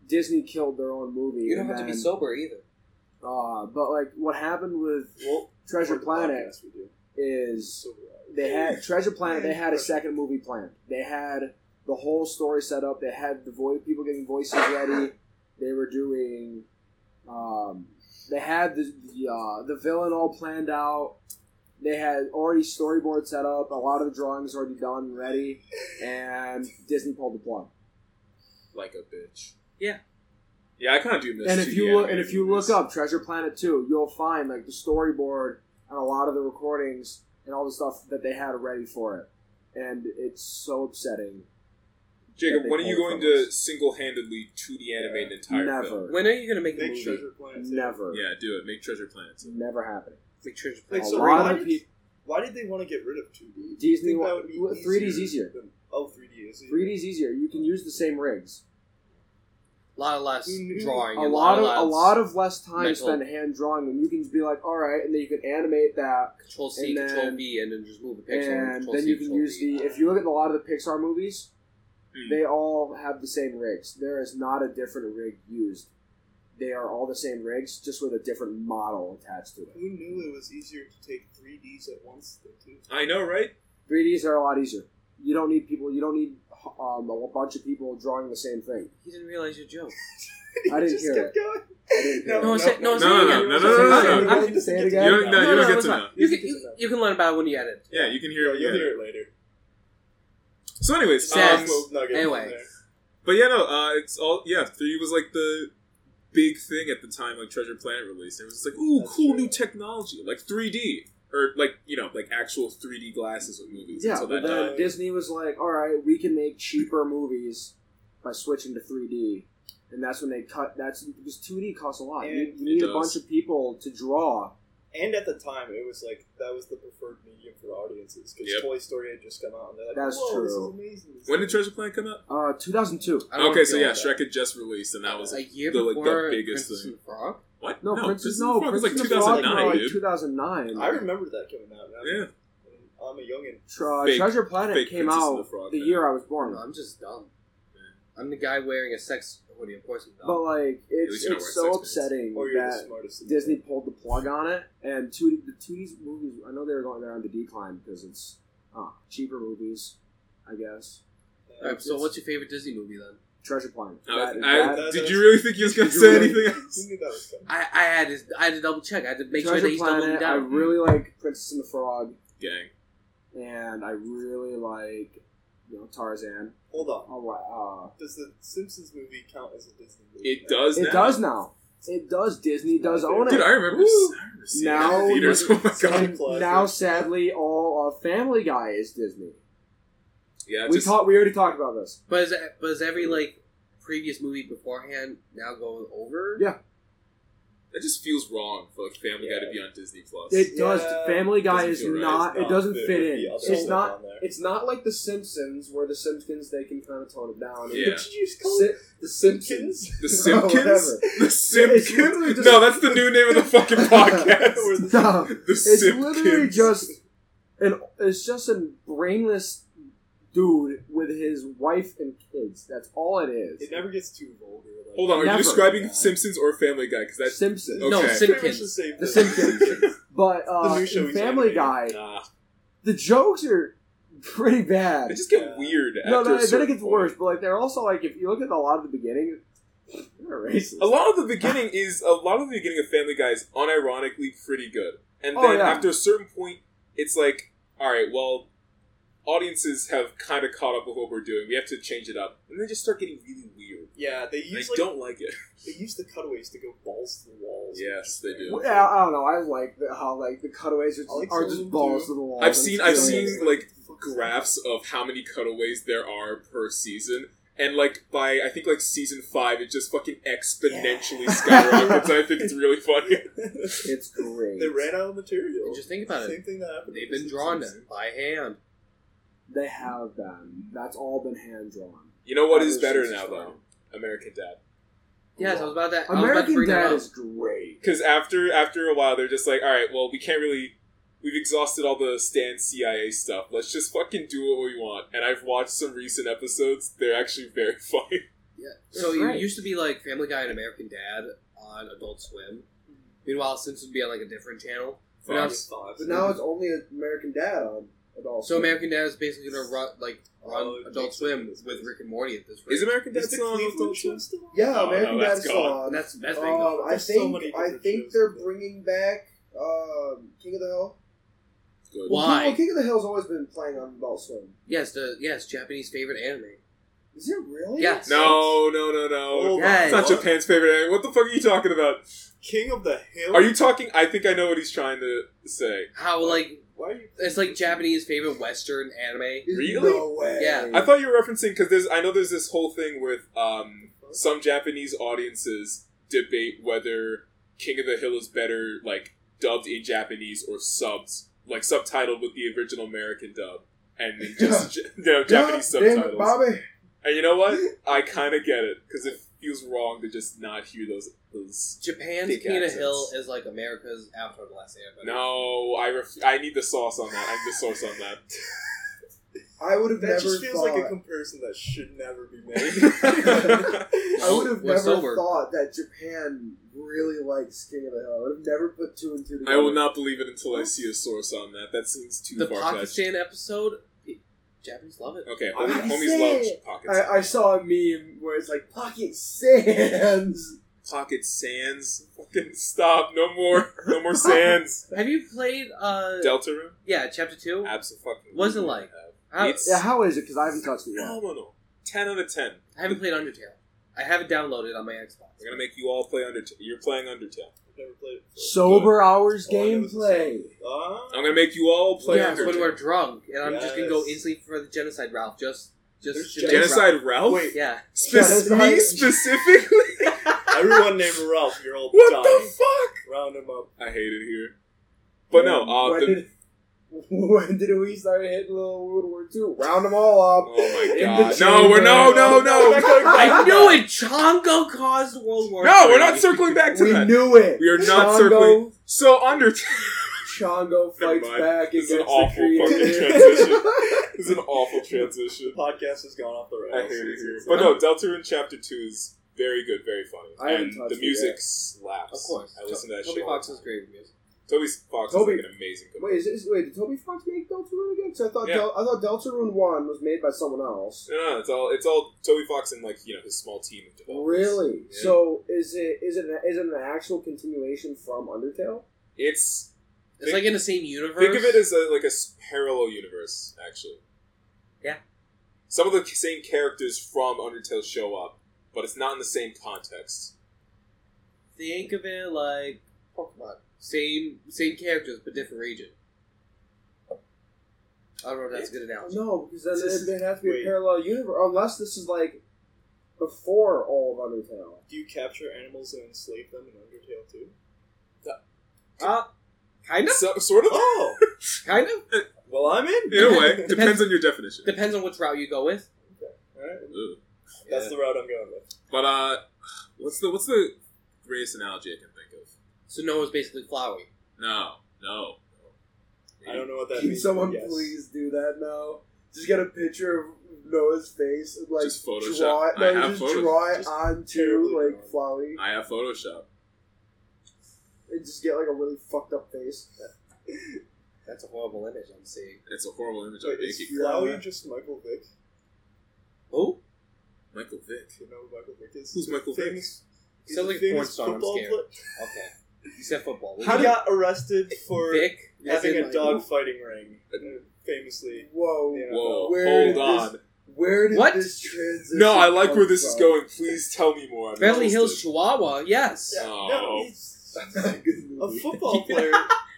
S1: Disney killed their own movie.
S2: You don't
S1: and
S2: have to be
S1: then,
S2: sober either.
S1: Uh, but like what happened with
S4: Well,
S1: Treasure Planet
S4: Yes, we do.
S1: is
S4: So uh, we
S1: they had Treasure Planet. They had a second movie planned. They had the whole story set up. They had the voice people getting voices ready. They were doing. Um, they had the the, uh, the villain all planned out. They had already storyboard set up. A lot of the drawings already done and ready, and Disney pulled the plug.
S3: Like a bitch.
S2: Yeah.
S3: Yeah, I kinda do miss
S1: and if
S3: 2D
S1: you look and
S3: animated
S1: if you
S3: movies.
S1: look up Treasure Planet Two, you'll find like the storyboard and a lot of the recordings and all the stuff that they had ready for it. And it's so upsetting
S3: Jacob,
S1: that they
S3: when are you
S1: pulled
S3: going
S1: from
S3: to
S1: us.
S3: single handedly 2D animate an entire film?
S1: Never.
S2: When are you going to make a
S4: Make
S2: movie?
S4: Treasure Planet. too.
S1: Never.
S3: Yeah, do it. Make Treasure Planet.
S1: It's never happening.
S2: Make Treasure
S4: Like,
S2: Planet.
S1: a
S4: so
S1: lot
S4: why
S1: of
S4: did-
S1: people.
S4: Why did they want to get rid of 2D? Do you
S1: Disney
S4: think
S1: wa-
S4: that would be
S1: well, 3D is easier.
S4: than- oh, 3D is easier.
S1: 3D is easier. You can use the same rigs.
S2: A lot of less
S4: Mm,
S2: drawing.
S1: A lot of a
S2: less
S1: lot of less time
S2: mental-
S1: spent hand drawing when you can be like, all right, and then you can animate that,
S2: Control C,
S1: and
S2: Control
S1: then-
S2: B, and then just move the picture.
S1: and
S2: Control
S1: then
S2: C,
S1: you can
S2: Control
S1: use
S2: V.
S1: the. If you look at a lot of the Pixar movies,
S3: Hmm.
S1: they all have the same rigs. There is not a different rig used. They are all the same rigs, just with a different model attached to it.
S4: Who knew it was easier to take 3Ds at once than two?
S3: I know, right?
S1: 3Ds are a lot easier. You don't need people. You don't need um, a bunch of people drawing the same thing.
S2: He didn't realize your joke.
S1: I didn't
S4: just
S1: hear
S4: kept going.
S1: didn't hear it.
S2: No, say- no,
S3: say it again. No, no, no, no, no.
S1: Say it again, say it again.
S3: You don't, no,
S2: No,
S3: you
S2: no,
S3: don't get
S2: it's
S3: to
S2: fine.
S3: know.
S2: You can, you, you can learn about it when you edit.
S3: Yeah, you can hear
S4: You'll
S3: it. Yeah.
S4: hear it later.
S3: So, anyways, um,
S2: Sex.
S4: Little nugget
S2: Anyway.
S4: from there.
S3: but yeah, no, uh, it's all yeah. Three was like the big thing at the time, like Treasure Planet released. It was just like, ooh,
S4: That's
S3: cool
S4: true.
S3: new technology, like 3D or like you know, like actual 3D glasses with movies.
S1: Yeah,
S3: until
S1: but
S3: that
S1: then
S3: died.
S4: died.
S1: Disney was like, "All right, we can make cheaper movies by switching to 3D," and that's when they cut. That's because 2D costs a lot. You,
S4: And
S1: you need
S3: it
S1: a bunch
S3: does.
S1: of people to draw.
S4: And at the time, it was like that was the preferred medium for audiences because
S3: Yep.
S4: Toy Story had just come out, and they're like,
S1: That's
S4: "Whoa, this is
S1: true.
S4: amazing." This
S3: when
S4: is
S3: did Treasure Planet come out?
S1: Uh, 2002.
S2: I don't
S3: okay, so
S2: feel
S3: yeah,
S2: like
S3: Shrek had just released, and that was
S2: a year
S3: the, like, the
S2: before
S3: biggest
S2: Princess
S3: thing.
S2: and the Frog.
S3: what?
S1: No, Princess.
S3: Princess and
S1: No,
S3: the Frog was like
S1: Princess and the Frog came out,
S3: 2009,
S1: like
S3: dude.
S1: 2009.
S4: I remember that coming out. Now.
S3: Yeah,
S4: I'm a youngin.
S1: Tre-
S3: Fake-
S1: uh, Treasure Planet
S3: fake
S1: came
S3: Princess and
S1: out
S3: the Frog,
S1: the
S3: man.
S1: year I was born.
S2: No, I'm just dumb. I'm the guy wearing a sex hoodie. Of course, I'm
S1: But
S2: dumb.
S1: like, it's
S3: you know
S1: it's
S3: where
S1: so
S3: it's expensive.
S1: upsetting
S4: Or you're the
S1: that
S4: smartest. in the
S1: Disney
S4: room.
S1: pulled the plug on it, and two the two D's movies. I know they were going there on the decline because it's uh, cheaper movies, I guess.
S4: Yeah,
S2: All right, so
S4: it's-
S2: what's your favorite Disney movie then?
S1: Treasure Planet.
S3: I-
S1: That-
S3: Oh, I-
S1: that-
S3: did you really think he was going to
S1: Did you
S3: say
S1: really-
S3: anything else?
S4: You knew that was coming.
S2: I, I had to, I had to double check. I had to make
S1: Treasure
S2: sure that he's doubling
S1: Planet. I
S2: down.
S1: really like Princess and the Frog,
S3: Gang,
S1: and I really like you know Tarzan.
S4: Hold on.
S1: Oh, wow,
S4: Does the Simpsons movie count as a Disney movie?
S3: it
S4: now?
S1: uh,
S3: does.
S1: it
S3: now.
S1: does now. It does. Disney does own
S3: Dude,
S1: it.
S3: I remember,
S1: Woo.
S3: I remember seeing
S1: Now-
S3: it in theaters. Oh my god.
S1: And now, sadly, all of Family Guy is Disney.
S3: Yeah,
S1: we
S3: just,
S1: talked. We already talked about this.
S2: But is, but is every like previous movie beforehand now going over?
S1: Yeah.
S3: That just feels wrong for like Family Guy to be on Disney Plus.
S1: It does.
S4: Yeah.
S1: Family Guy
S3: Doesn't
S1: is
S3: feel right.
S1: not.
S4: It's
S1: It doesn't
S4: the-
S1: fit
S4: the
S1: in.
S4: other
S1: It's
S4: stuff
S1: not.
S4: on there.
S1: It's not like The Simpsons, where The Simpsons they can kind of tone it down.
S3: Yeah.
S4: Did you just call it
S1: Si- the Simpsons.
S3: the
S1: Oh, whatever.
S3: Simpkins. the
S1: It's
S3: Simpkins.
S1: literally just.
S3: No, that's the new name of the fucking podcast.
S1: No,
S3: the
S1: it's
S3: Simpkins.
S1: literally just an. It's just a brainless dude with his wife and kids. That's all it is.
S4: It never gets too vulgar. Like,
S3: Hold on, are
S1: Never.
S3: you describing
S4: Yeah.
S3: Simpsons or Family Guy? Because that's
S1: Simpsons.
S3: Okay.
S2: No,
S4: It's pretty much
S2: Simpkins.
S4: the same
S1: The
S4: thing.
S1: Simpkins. But uh,
S4: The new show
S1: in
S4: he's
S1: Family
S4: animated.
S1: Guy,
S3: nah.
S1: the jokes are pretty bad.
S3: They just get
S4: Yeah.
S3: weird.
S1: no,
S3: after a
S1: no, then
S3: certain
S1: it gets
S3: point.
S1: worse. But like, they're also like, if you look at a lot of the beginning, they're racist.
S3: A lot of the beginning is a lot of the beginning of Family Guy is unironically pretty good, and
S1: Oh,
S3: then
S1: yeah.
S3: after a certain point, it's like, all right, well, audiences have kind of caught up with what we're doing. We have to change it up, and they just start getting really weird.
S4: Yeah, they
S3: And I
S4: use like,
S3: don't like it.
S4: they use the cutaways to go balls to the walls.
S3: Yes, they do.
S1: Well, yeah, I don't know. I like the, how like the cutaways are just,
S4: I like
S1: are
S4: some
S1: just
S4: of them
S1: balls
S4: too.
S1: to the wall.
S3: I've seen, I've seen
S4: Yeah.
S3: like graphs of how many cutaways there are per season. And like by I think like season five, it just fucking exponentially
S4: Yeah.
S3: skyrockets. and I think it's really funny.
S1: It's great.
S4: they ran out of material.
S2: And just think about
S4: Same
S2: it.
S4: thing that happened.
S2: They've
S4: with
S2: been
S4: the
S2: drawn
S4: Simpsons.
S2: by hand.
S1: They have them. That's all been hand drawn.
S3: You know what is better now though? American Dad.
S2: Yes, I was about to. I was about to
S1: American
S2: bring that
S1: Dad
S2: up.
S1: is great.
S3: because after after a while they're just like all right well we can't really we've exhausted all the stan cia stuff let's just fucking do what we want and i've watched some recent episodes they're actually very funny
S2: Yeah. So you
S1: Right.
S2: used to be like Family Guy and American Dad on Adult Swim.
S1: Mm-hmm.
S2: Meanwhile, Simpsons would be on like a different channel. But now,
S3: Fox.
S1: But now it's only American Dad on Adult
S2: so
S1: Swim.
S2: American Dad is basically going to run like run
S4: Oh, it
S2: Adult
S4: makes
S2: Swim
S4: sense.
S2: with Rick and Morty at this rate.
S3: is american dad
S4: Is the
S3: still on
S4: Cleveland
S3: adult
S4: show
S3: swim
S4: still on?
S1: yeah,
S3: Oh,
S1: American
S3: no,
S1: Dad
S3: that's
S1: is
S3: gone.
S1: still on.
S2: And that's the best
S3: Oh.
S2: thing.
S1: Um,
S2: though.
S1: I
S4: There's so
S1: think
S4: many
S1: I
S4: different
S1: think
S4: shows
S1: they're
S4: out there.
S1: bringing back um, King of the Hill.
S3: Good.
S2: Why?
S1: Well, King of the Hill's always been playing on Adult Swim.
S2: Yes, the yes Japanese favorite anime.
S1: Is it really?
S2: Yes.
S3: no no no no
S4: Oh,
S2: Yes.
S3: it's not
S4: my God.
S3: japan's favorite anime. what the fuck are you talking about
S4: King of the Hill.
S3: are you talking i think i know what he's trying to say
S2: How like
S4: Why are you?
S2: it's like Japanese favorite Western anime.
S3: Really?
S1: No way.
S2: Yeah.
S3: I thought you were referencing because there's I know there's this whole thing with um, some Japanese audiences debate whether King of the Hill is better like dubbed in Japanese or subbed like subtitled with the original American dub and then just you know, Japanese
S1: God damn it,
S3: subtitles.
S1: Bobby.
S3: and you know what? I kind of get it because it feels wrong to just not hear those those.
S2: Japan's
S3: Big
S2: King of the
S3: accents.
S2: Hill is like America's Avatar: The Last Airbender.
S3: No, I ref- I need the sauce on that. I need the source on that.
S1: I would have
S4: That
S1: never
S4: just feels
S1: thought.
S4: like a comparison that should never be made.
S1: I would have
S2: We're
S1: never
S2: sober.
S1: thought that Japan really likes King of the Hill. I would have never put two and two together.
S3: I will not believe it until I see a source on that. That seems too
S2: the
S3: far fetched.
S2: Pakistan episode. Japanese love it.
S3: Okay,
S4: I
S3: homie-
S1: would
S3: homies
S1: say-
S3: love pockets.
S1: I, I saw a meme where it's like pocket sands.
S3: Pocket Sands. Fucking stop. No more. No more Sands.
S2: Have you played? uh
S3: Deltarune?
S2: Yeah, chapter two.
S3: Absolutely. Uh,
S2: What's it like? I,
S3: It's
S1: Yeah, how is it? Because I haven't touched it yet.
S3: phenomenal. 10 out of 10.
S2: I haven't played Undertale. I have it downloaded on my Xbox.
S3: We're going to make you all play Undertale. You're playing Undertale.
S4: Never played it before. Uh,
S1: Sober hours
S4: All I know is the
S1: gameplay.
S4: song.
S3: I'm going to make you all play
S2: yes, when we're
S3: Undertale.
S2: drunk, and I'm just gonna go
S4: Yes.
S2: instantly for the genocide, Ralph. Just,
S4: There's
S2: just
S3: Genocide Ralph?
S4: Wait.
S2: Yeah,
S3: Spe-
S1: Genocide-
S3: me specifically?
S4: Ah, everyone named Ralph. You're all
S3: what
S4: dying.
S3: the fuck?
S4: Round him up.
S3: I hate it here. But no, uh,
S1: when,
S3: the,
S1: did, when did we start hitting little World War II? Round them all
S3: oh
S1: up.
S3: my
S1: In
S3: god.
S1: the
S3: No, we're no, no,
S4: We're
S3: no.
S4: not gonna go
S2: I
S4: back.
S2: knew it. Chongo caused World War.
S3: No, we're
S2: III.
S3: not circling back to
S1: we
S3: that.
S1: knew it.
S3: We are not
S1: Chongo,
S3: circling- So Undertale.
S1: Chongo
S3: Never
S1: fights
S3: mind.
S1: back
S3: This
S1: against
S3: is an
S1: the
S3: awful fucking
S1: creator.
S3: this is an awful transition.
S4: The podcast has gone off the
S3: I
S4: rails.
S3: hate it here.
S4: It's
S3: But no,
S4: like-
S3: Deltarune Chapter Two is very good, very funny,
S1: I haven't
S3: and
S1: touched
S3: the
S1: it
S3: music
S1: yet.
S3: slaps.
S2: Of course,
S3: I listen to that.
S2: Toby
S3: shit all
S2: Fox
S3: the
S2: is
S3: time.
S2: great at music.
S3: Toby Fox
S1: Toby-
S3: is like an amazing.
S1: Wait, is this, wait, did Toby Fox make Deltarune again? 'Cause I thought
S3: Yeah.
S1: Del, I thought Deltarune One was made by someone else.
S3: No, no, it's all it's all Toby Fox and like you know his small team. Of developers.
S1: Really?
S3: Yeah.
S1: So is it is it an, is it an actual continuation from Undertale?
S3: It's
S2: It's
S3: Think-
S2: like in the same universe.
S3: think of it as a, like a s- parallel universe, actually.
S2: Yeah.
S3: Some of the c- same characters from Undertale show up, but it's not in the same context.
S2: think of it like Pokemon. Same, same characters but different region. I don't know if that's a good analogy.
S1: No, because then
S4: This
S1: it,
S4: is-
S1: it has to be a
S4: wait.
S1: parallel universe. Unless this is like before all of Undertale.
S4: Do you capture animals and enslave them in Undertale too?
S2: Uh, kind of,
S3: So, sort of.
S4: Oh,
S2: kind of.
S4: well, I'm in.
S3: Either way, depends on your definition.
S2: Depends on which route you go with.
S4: Alright,
S3: Ugh.
S4: that's
S3: Yeah.
S4: the route I'm going with.
S3: But uh, what's the what's the greatest analogy I can think of?
S2: So Noah's basically flowery.
S3: No, no.
S4: I don't know what that
S1: Can
S4: means.
S1: someone
S4: but yes.
S1: please do that now? Just get a picture of Noah's face and like
S3: Just Photoshop.
S1: draw it.
S3: I
S1: No,
S3: have
S1: just
S3: photos.
S1: draw it
S4: Just
S1: onto
S4: terribly
S1: like
S4: drawn.
S1: Flowey
S3: I have Photoshop.
S1: and just get like a really fucked up face.
S2: That's a horrible image I'm seeing.
S3: It's a horrible image I'm
S4: Wait, is
S3: making.
S4: Flowey just Michael Vick?
S2: Oh,
S3: Michael Vick.
S4: Do you know who Michael Vick is?
S3: Who's Michael Vick?
S4: famous, He's
S2: Sounds like a porn
S4: famous
S2: star, I'm
S4: football
S2: scared.
S4: player.
S2: okay. You said football.
S4: He got arrested for
S2: Vic
S4: having
S2: as in,
S4: a
S2: like,
S4: dog fighting ring.
S3: Uh,
S4: Famously.
S1: Whoa,
S4: Yeah.
S3: Whoa,
S1: Where
S3: hold
S1: did
S3: on.
S1: where did
S2: What?
S1: this transition?
S3: No, I like
S1: come
S3: where this is
S1: from?
S3: going. Please tell me more. I'm
S2: Beverly Hills
S3: interested.
S2: Chihuahwa. Yes.
S3: Yeah.
S4: No,
S3: Oh.
S4: he's
S1: That's not a good
S4: a
S1: movie.
S4: football player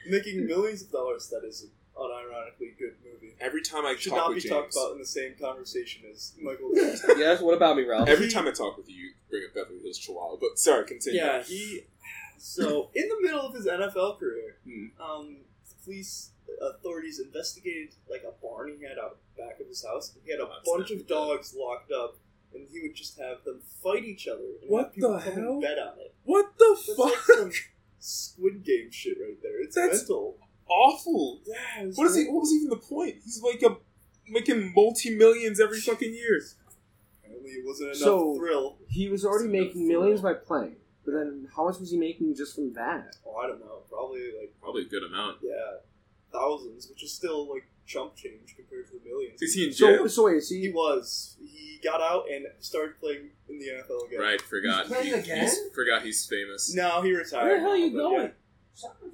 S4: making millions of dollars. That is an unironically good movie.
S3: Every time I
S4: Should
S3: talk
S4: not
S3: with
S4: be
S3: James,
S4: talked about in the same conversation as Michael Vick.
S2: Yes. What about me, Ralph?
S3: every time I talk with you, you bring up Beverly Hills Chihuahua. But sorry, continue.
S4: yeah, he. So in the middle of his NFL career,
S3: Hmm.
S4: um, police authorities investigated like a barn he had out back of his house. He had a
S3: Oh, that's
S4: bunch
S3: definitely
S4: of
S3: bad.
S4: dogs locked up, and he would just have them fight each other. And
S3: What
S4: have people
S3: the
S4: come
S3: hell?
S4: And bet on it.
S3: What the
S4: That's
S3: fuck?
S4: like some Squid Game shit right there. It's
S3: That's-
S4: mental.
S3: Awful.
S4: Yeah. it's
S3: What is he?
S4: like-
S3: What was even the point? He's like a making multi millions every fucking year.
S4: Apparently, it wasn't enough
S1: So-
S4: thrill.
S1: He was already
S3: It's a
S1: making millions by playing, but then how much was he making just from that?
S4: Oh, I don't know. Probably like
S3: Probably a good amount.
S4: yeah, thousands, which is still like chump change compared to the millions.
S3: Is he in jail?
S1: So, so wait, so
S4: He
S1: he,
S4: was. He got out and started playing in the NFL again.
S3: Right, forgot.
S5: He's playing
S3: He-
S5: again?
S3: he's- forgot he's famous.
S4: No, he retired.
S2: Where the hell are you
S4: But,
S2: going?
S4: yeah.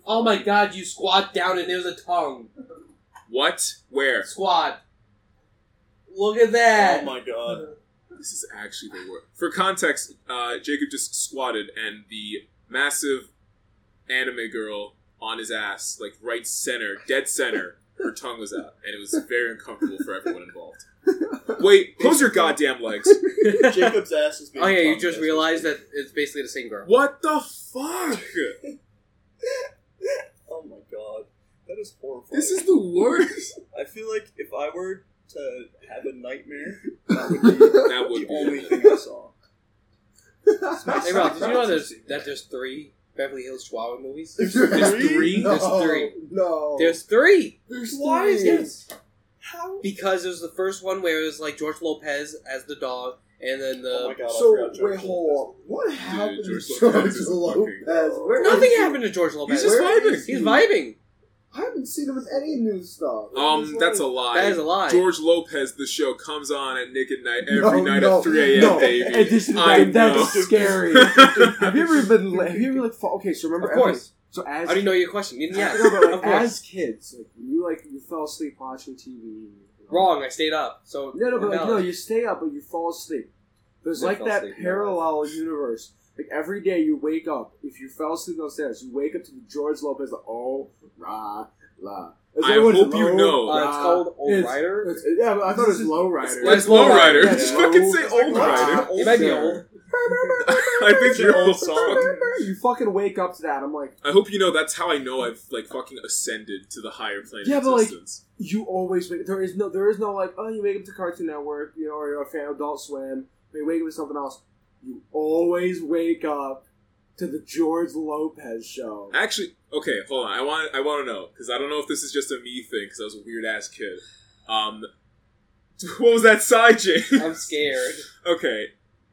S2: Oh my God! You squat down and there's a tongue.
S3: What? Where?
S2: Squat. Look at that.
S4: Oh my god.
S3: This is actually the worst. For context, uh, Jacob just squatted, and the massive anime girl on his ass, like right center, dead center, her tongue was out, and it was very uncomfortable for everyone involved. Wait, close your goddamn legs.
S4: Jacob's ass is being.
S2: oh yeah, you
S4: traumatized.
S2: just realized that it's basically the same girl.
S3: What the fuck?
S4: Oh my god. That is horrible.
S3: This is the worst.
S4: I feel like if I were to have a nightmare, that would be
S3: That would
S4: the
S3: be
S4: only thing I saw.
S2: Hey Ralph, did you know there's, that there's three Beverly Hills Chihuahua movies?
S3: There's three?
S1: No,
S2: There's three.
S1: No.
S2: There's three.
S1: There's
S4: Why is
S1: three.
S4: this? How?
S2: Because it was the first one where it was like George Lopez as the dog, and then the
S5: Uh,
S4: oh my god. I
S1: So
S4: forgot George
S1: wait, hold on. What happened
S3: George
S1: to George
S3: Lopez
S1: Lopez?
S3: is fucking-
S1: Where
S2: nothing
S1: is he?
S2: happened to George Lopez.
S3: He's just
S1: Where
S3: vibing.
S1: is he?
S2: He's vibing.
S1: I haven't seen him in any new stuff.
S3: Um, that's a lie.
S2: That is a lie.
S3: George Lopez, the show comes on at Nick at Night every
S1: No,
S3: night
S1: no,
S3: at 3 a.m.
S1: no.
S3: Baby.
S1: And this is
S3: I
S1: like, that's
S3: know.
S1: scary. have you ever been? la- Have you ever like? fo- Okay, so
S2: of
S1: remember.
S2: course.
S1: every- So as
S2: I didn't know your question. Yeah,
S1: No, but, like,
S2: of course.
S1: as kids, like when you like you fell asleep watching TV. you know.
S2: Wrong. I stayed up. So
S1: No, no, but like, no,
S2: invalid.
S1: you stay up, but you fall asleep. There's
S2: I
S1: like
S2: fell
S1: that
S2: asleep, no.
S1: parallel universe. Like every day you wake up. If you fell asleep downstairs, you wake up to the George Lopez. like, Oh, la la. It's
S3: I
S1: like, what is
S3: hope
S1: it,
S3: you
S1: low,
S3: know.
S2: Uh, it's
S1: ra?
S2: called Old
S1: It's-
S2: Rider?
S1: it's- yeah, but I thought it was low rider.
S2: Well,
S3: That's
S2: it's low
S3: Lowrider.
S2: rider.
S3: Just
S1: Yeah,
S3: fucking
S1: low-
S3: say old
S1: Wow.
S3: rider.
S2: It might be
S1: Sure.
S2: old.
S3: I think you're old.
S1: You fucking wake up to that. I'm like,
S3: I hope you know that's how I know I've like fucking ascended to the higher plane
S1: Yeah,
S3: of
S1: but, like-
S3: existence.
S1: you always wake. There is no, there is no like, oh, you wake up to Cartoon Network, you know, or you're a fan of Adult Swim. Or you wake up to something else. You always wake up to the George Lopez show.
S3: Actually, okay, hold on. I want I want to know because I don't know if this is just a me thing because I was a weird ass kid. Um, what was that side James?
S2: I'm scared.
S3: okay,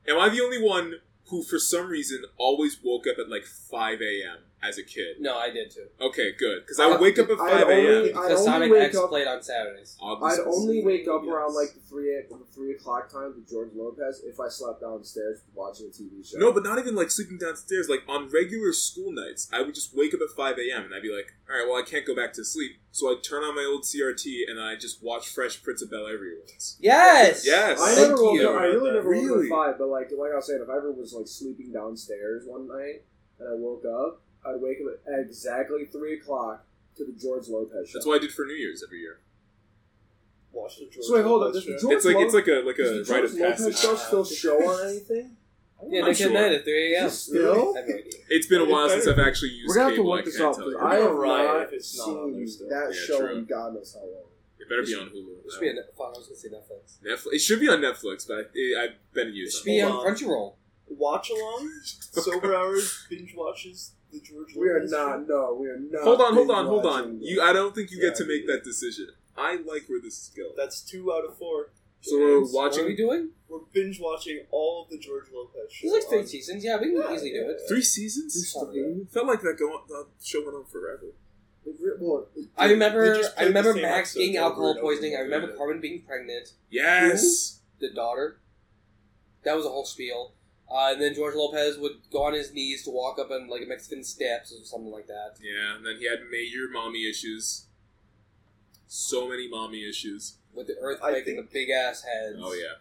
S3: am I the only one who for some reason always woke up at like 5 a.m. as a kid?
S2: No, I did too.
S3: Okay, good because
S1: I-
S3: I wake up at
S1: I
S3: 5 a.m.
S1: only- Uh, I'd
S2: Because Sonic
S1: wake
S2: X
S1: up-
S2: played on Saturdays.
S1: I'd
S3: Obviously.
S1: only wake up around
S4: Yes.
S1: like the three the three o'clock time to George Lopez if I slept downstairs watching a TV show.
S3: No, but not even like sleeping downstairs. Like on regular school nights, I would just wake up at 5 a.m. and I'd be like, all right, well, I can't go back to sleep. So I'd turn on my old CRT and I just watch Fresh Prince of Bel Air reruns.
S2: Yes.
S3: Yes.
S1: I
S2: Thank
S1: never woke
S2: you.
S1: up. I really never woke
S3: Really?
S1: up at five, but like like I was saying, if I ever was like sleeping downstairs one night and I woke up, I'd wake up at exactly three o'clock to the George Lopez show.
S3: That's what I did for New Year's every year.
S4: Watch the George
S1: So wait, hold on. Does
S4: Lopez
S1: the
S4: show.
S1: George
S3: It's like it's
S1: Lo-
S3: like a like a
S1: does the
S3: rite of
S1: George Lopez
S3: passage.
S1: show still show on anything?
S5: Yeah,
S3: I'm
S5: they can
S3: sure.
S5: night at 3 a.m.
S1: Still?
S5: I have no idea.
S3: It's been a while since I've actually used
S1: We're gonna have to
S3: cable. I
S1: look this
S3: can't
S1: up.
S3: tell you.
S1: but I have
S4: Right,
S1: not
S4: if it's not on there
S1: seen
S4: still.
S1: that
S3: Yeah,
S1: show
S3: true.
S1: in God knows how long.
S3: It better be on Hulu.
S5: It should be a Netflix. I was going to say Netflix.
S3: Netflix. It should be on Netflix, but I, I've been
S5: It
S3: used.
S5: should be
S4: Hold
S5: on
S4: on.
S5: Crunchyroll.
S4: Watch along, sober hours, binge watches the George.
S1: We are
S4: Lopez show.
S1: not. No, we are not.
S3: Hold on, hold
S1: uh, binge
S3: on, hold on.
S1: watching
S3: You,
S1: this.
S3: I don't think you get to
S4: Yeah, I
S3: make
S4: do.
S3: that decision. I like where this is going.
S4: That's two out of four.
S3: So we're
S4: James,
S5: What are we
S3: watching
S5: doing?
S4: We're binge watching all of the George Lopez show.
S5: There's like three
S4: on-
S5: seasons. Yeah, we can
S4: Yeah,
S5: easily do it.
S3: three seasons.
S1: Three.
S3: Felt like that go that show went on forever.
S1: It re- well, it-
S5: I remember.
S4: They just
S5: I
S4: played the
S5: remember
S4: same
S5: Max
S4: episode
S5: getting
S4: over and
S5: alcohol
S4: over
S5: poisoning. I
S4: and
S5: remember
S4: over.
S5: Carmen being pregnant.
S3: Yes.
S5: The daughter. That was a whole spiel. Uh, and then George Lopez would go on his knees to walk up on like Mexican steps or something like that.
S3: Yeah, and then he had major mommy issues. So many mommy issues.
S5: with the earthquake
S4: think-
S5: and the big ass heads.
S3: Oh yeah.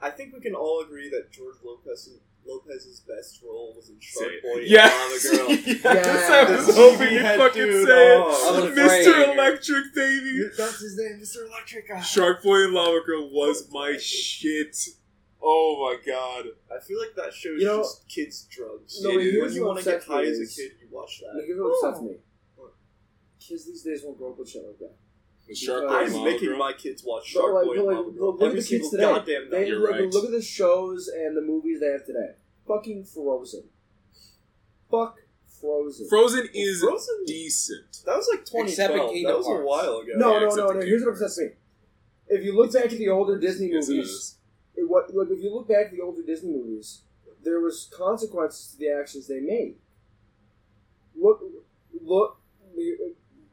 S4: I think we can all agree that George Lopez Lopez's best role was in Shark
S3: Say it.
S4: Boy
S3: Yeah.
S4: and Mama Girl.
S3: Yes, I
S1: Yes.
S3: was hoping you'd
S4: Yeah,
S3: fucking
S4: dude,
S3: say it.
S4: oh.
S5: I was
S3: Mr.
S5: afraid.
S3: Electric Baby.
S1: That's his name, Mr. Electric. Eye.
S3: Shark Boy and Lava Girl was my shit. Oh my god.
S4: I feel like that show is
S1: You know-
S4: just kids drugs.
S1: No,
S3: Yeah, dude.
S4: when
S1: here's
S4: you
S1: what
S4: want to get
S1: upsets me
S4: high as a
S1: is-
S4: kid, you watch
S1: No,
S4: that.
S1: here's what upsets me.
S4: What?
S1: Kids these days won't grow up with shit like that.
S3: The Shark Boy
S1: Because-
S3: and
S4: I'm
S3: Lava
S4: making
S3: Girl.
S4: my kids watch
S1: But, like,
S4: Sharkboy and
S1: but, like,
S4: Mama
S1: look-
S4: Girl
S1: look at
S4: every
S1: the kids
S4: single
S1: today.
S4: goddamn
S1: They
S4: night.
S3: You're
S1: look,
S3: right.
S1: look at the shows and the movies they have today. Fucking Frozen. Fuck Frozen.
S3: Frozen is
S4: Frozen-
S3: decent.
S4: That was like 2012.
S5: Except in Kingdom
S4: that was a
S5: Hearts.
S4: while ago.
S1: no,
S3: Yeah,
S1: no,
S3: except
S1: no,
S3: the
S1: no. Here's what
S3: Kingdom
S1: upsets me. If you look back at the older Disney
S3: Yes, it
S1: movies,
S3: is.
S1: it, what, look, if you look back at the older Disney movies, there was consequences to the actions they made. Look, look,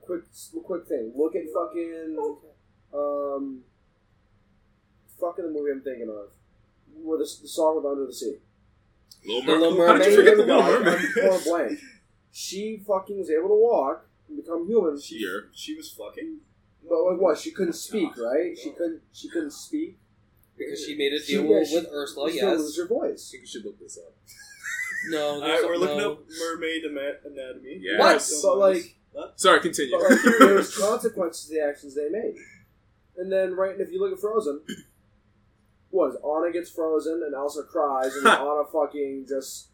S1: quick, quick thing. Look at fucking, um, fucking the movie I'm thinking of, where the, the song of Under the Sea.
S3: Little
S5: The Little
S3: Mermaid. How did you
S5: Mermaid.
S3: forget the
S1: No,
S3: Little
S1: I'm-
S3: Mermaid?
S1: I'm drawing a blank. She fucking was able to walk and become human,
S4: She,
S3: Year.
S4: she was fucking.
S1: but like what? She couldn't speak, right? She couldn't. She couldn't speak.
S5: Because she made a
S1: She-
S5: deal
S1: yeah, she-
S5: with Ursula,
S1: she still
S5: yes.
S1: loses her voice.
S3: think you should look this up.
S5: No,
S4: All right,
S5: there's-
S4: we're looking
S5: no.
S4: up mermaid ama- anatomy.
S3: Yes.
S5: What?
S1: But like,
S3: Sorry, continue.
S1: but like there was consequences to the actions they made. And then, right, if you look at Frozen, what is it? Anna gets frozen and Elsa cries, and Anna fucking just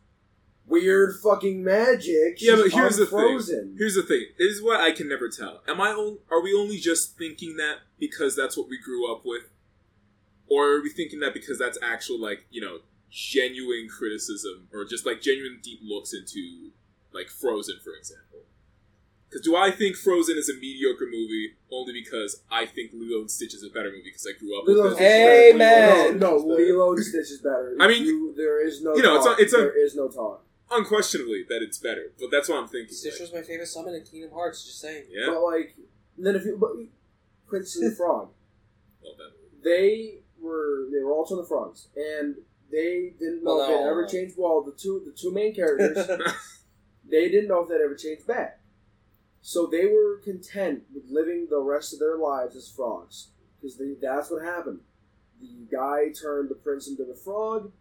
S1: weird fucking magic.
S3: Yeah, but
S1: She's
S3: here's the thing.
S1: unfrozen.
S3: Here's the thing. This is what I can never tell. Am I? On, are we only just thinking that because that's what we grew up with, or are we thinking that because that's actual like you know genuine criticism or just like genuine deep looks into like Frozen, for example? Because do I think Frozen is a mediocre movie only because I think Lilo and Stitch is a better movie because I grew up with
S1: Lilo
S3: it?
S1: and Stitch is better.
S5: Amen.
S1: No, no,
S4: Stitch is better.
S1: Lilo and Stitch is better.
S3: I mean,
S1: You- there is no.
S3: you know, it's
S1: talk.
S3: a- it's a-
S1: there is no talk.
S3: Unquestionably, that it's better. But that's what I'm thinking.
S5: Stitch
S3: like,
S5: was my favorite summon in Kingdom Hearts, just saying.
S3: yeah,
S1: But like, then if you but Prince and the Frog,
S3: love that movie.
S1: they were they were also the frogs, and they didn't know if
S5: Well,
S1: they'd
S5: no.
S1: ever changed. Well, the two the two main characters, they didn't know if they'd ever changed back, so they were content with living the rest of their lives as frogs because that's what happened. The guy turned the prince into the frog.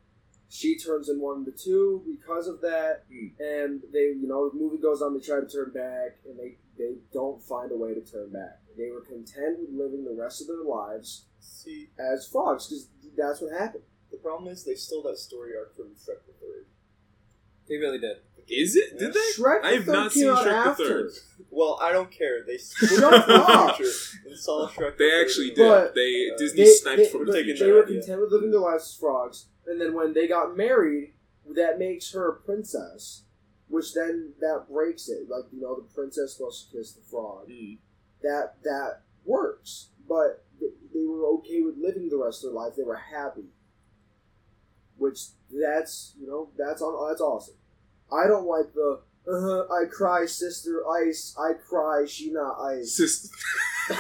S1: She turns in one into two because of that,
S3: Hmm.
S1: and they, you know, the movie goes on. They try to turn back, and they they don't find a way to turn back. They were content with living the rest of their lives
S4: See,
S1: as frogs because that's what happened.
S4: the problem is they stole that story arc from Shrek the Third.
S5: They really did.
S3: Is it? Did they?
S1: Shrek the
S3: I have
S1: Third
S3: not
S1: came
S3: seen
S1: out
S3: Shrek the
S1: after,
S3: Third.
S4: Well, I don't care. They
S1: Shut
S4: stole
S1: up.
S4: future and saw Shrek. the
S3: They
S4: Third
S3: actually
S4: in
S3: did.
S4: the-
S1: But-
S3: they
S4: uh,
S3: Disney
S1: they-
S3: sniped
S1: they-
S3: from
S4: they-
S3: the
S4: they
S1: They
S3: future.
S1: were
S4: Yeah.
S1: content with living their lives as frogs, and then when they got married, that makes her a princess, which then that breaks it. Like you know, the princess supposed to kiss the frog.
S3: Mm.
S1: That that works, but th- they were okay with living the rest of their life. They were happy, which that's you know that's on that's awesome. I don't like the. Uh, I cry, sister ice. I cry, she not ice.
S3: Sis-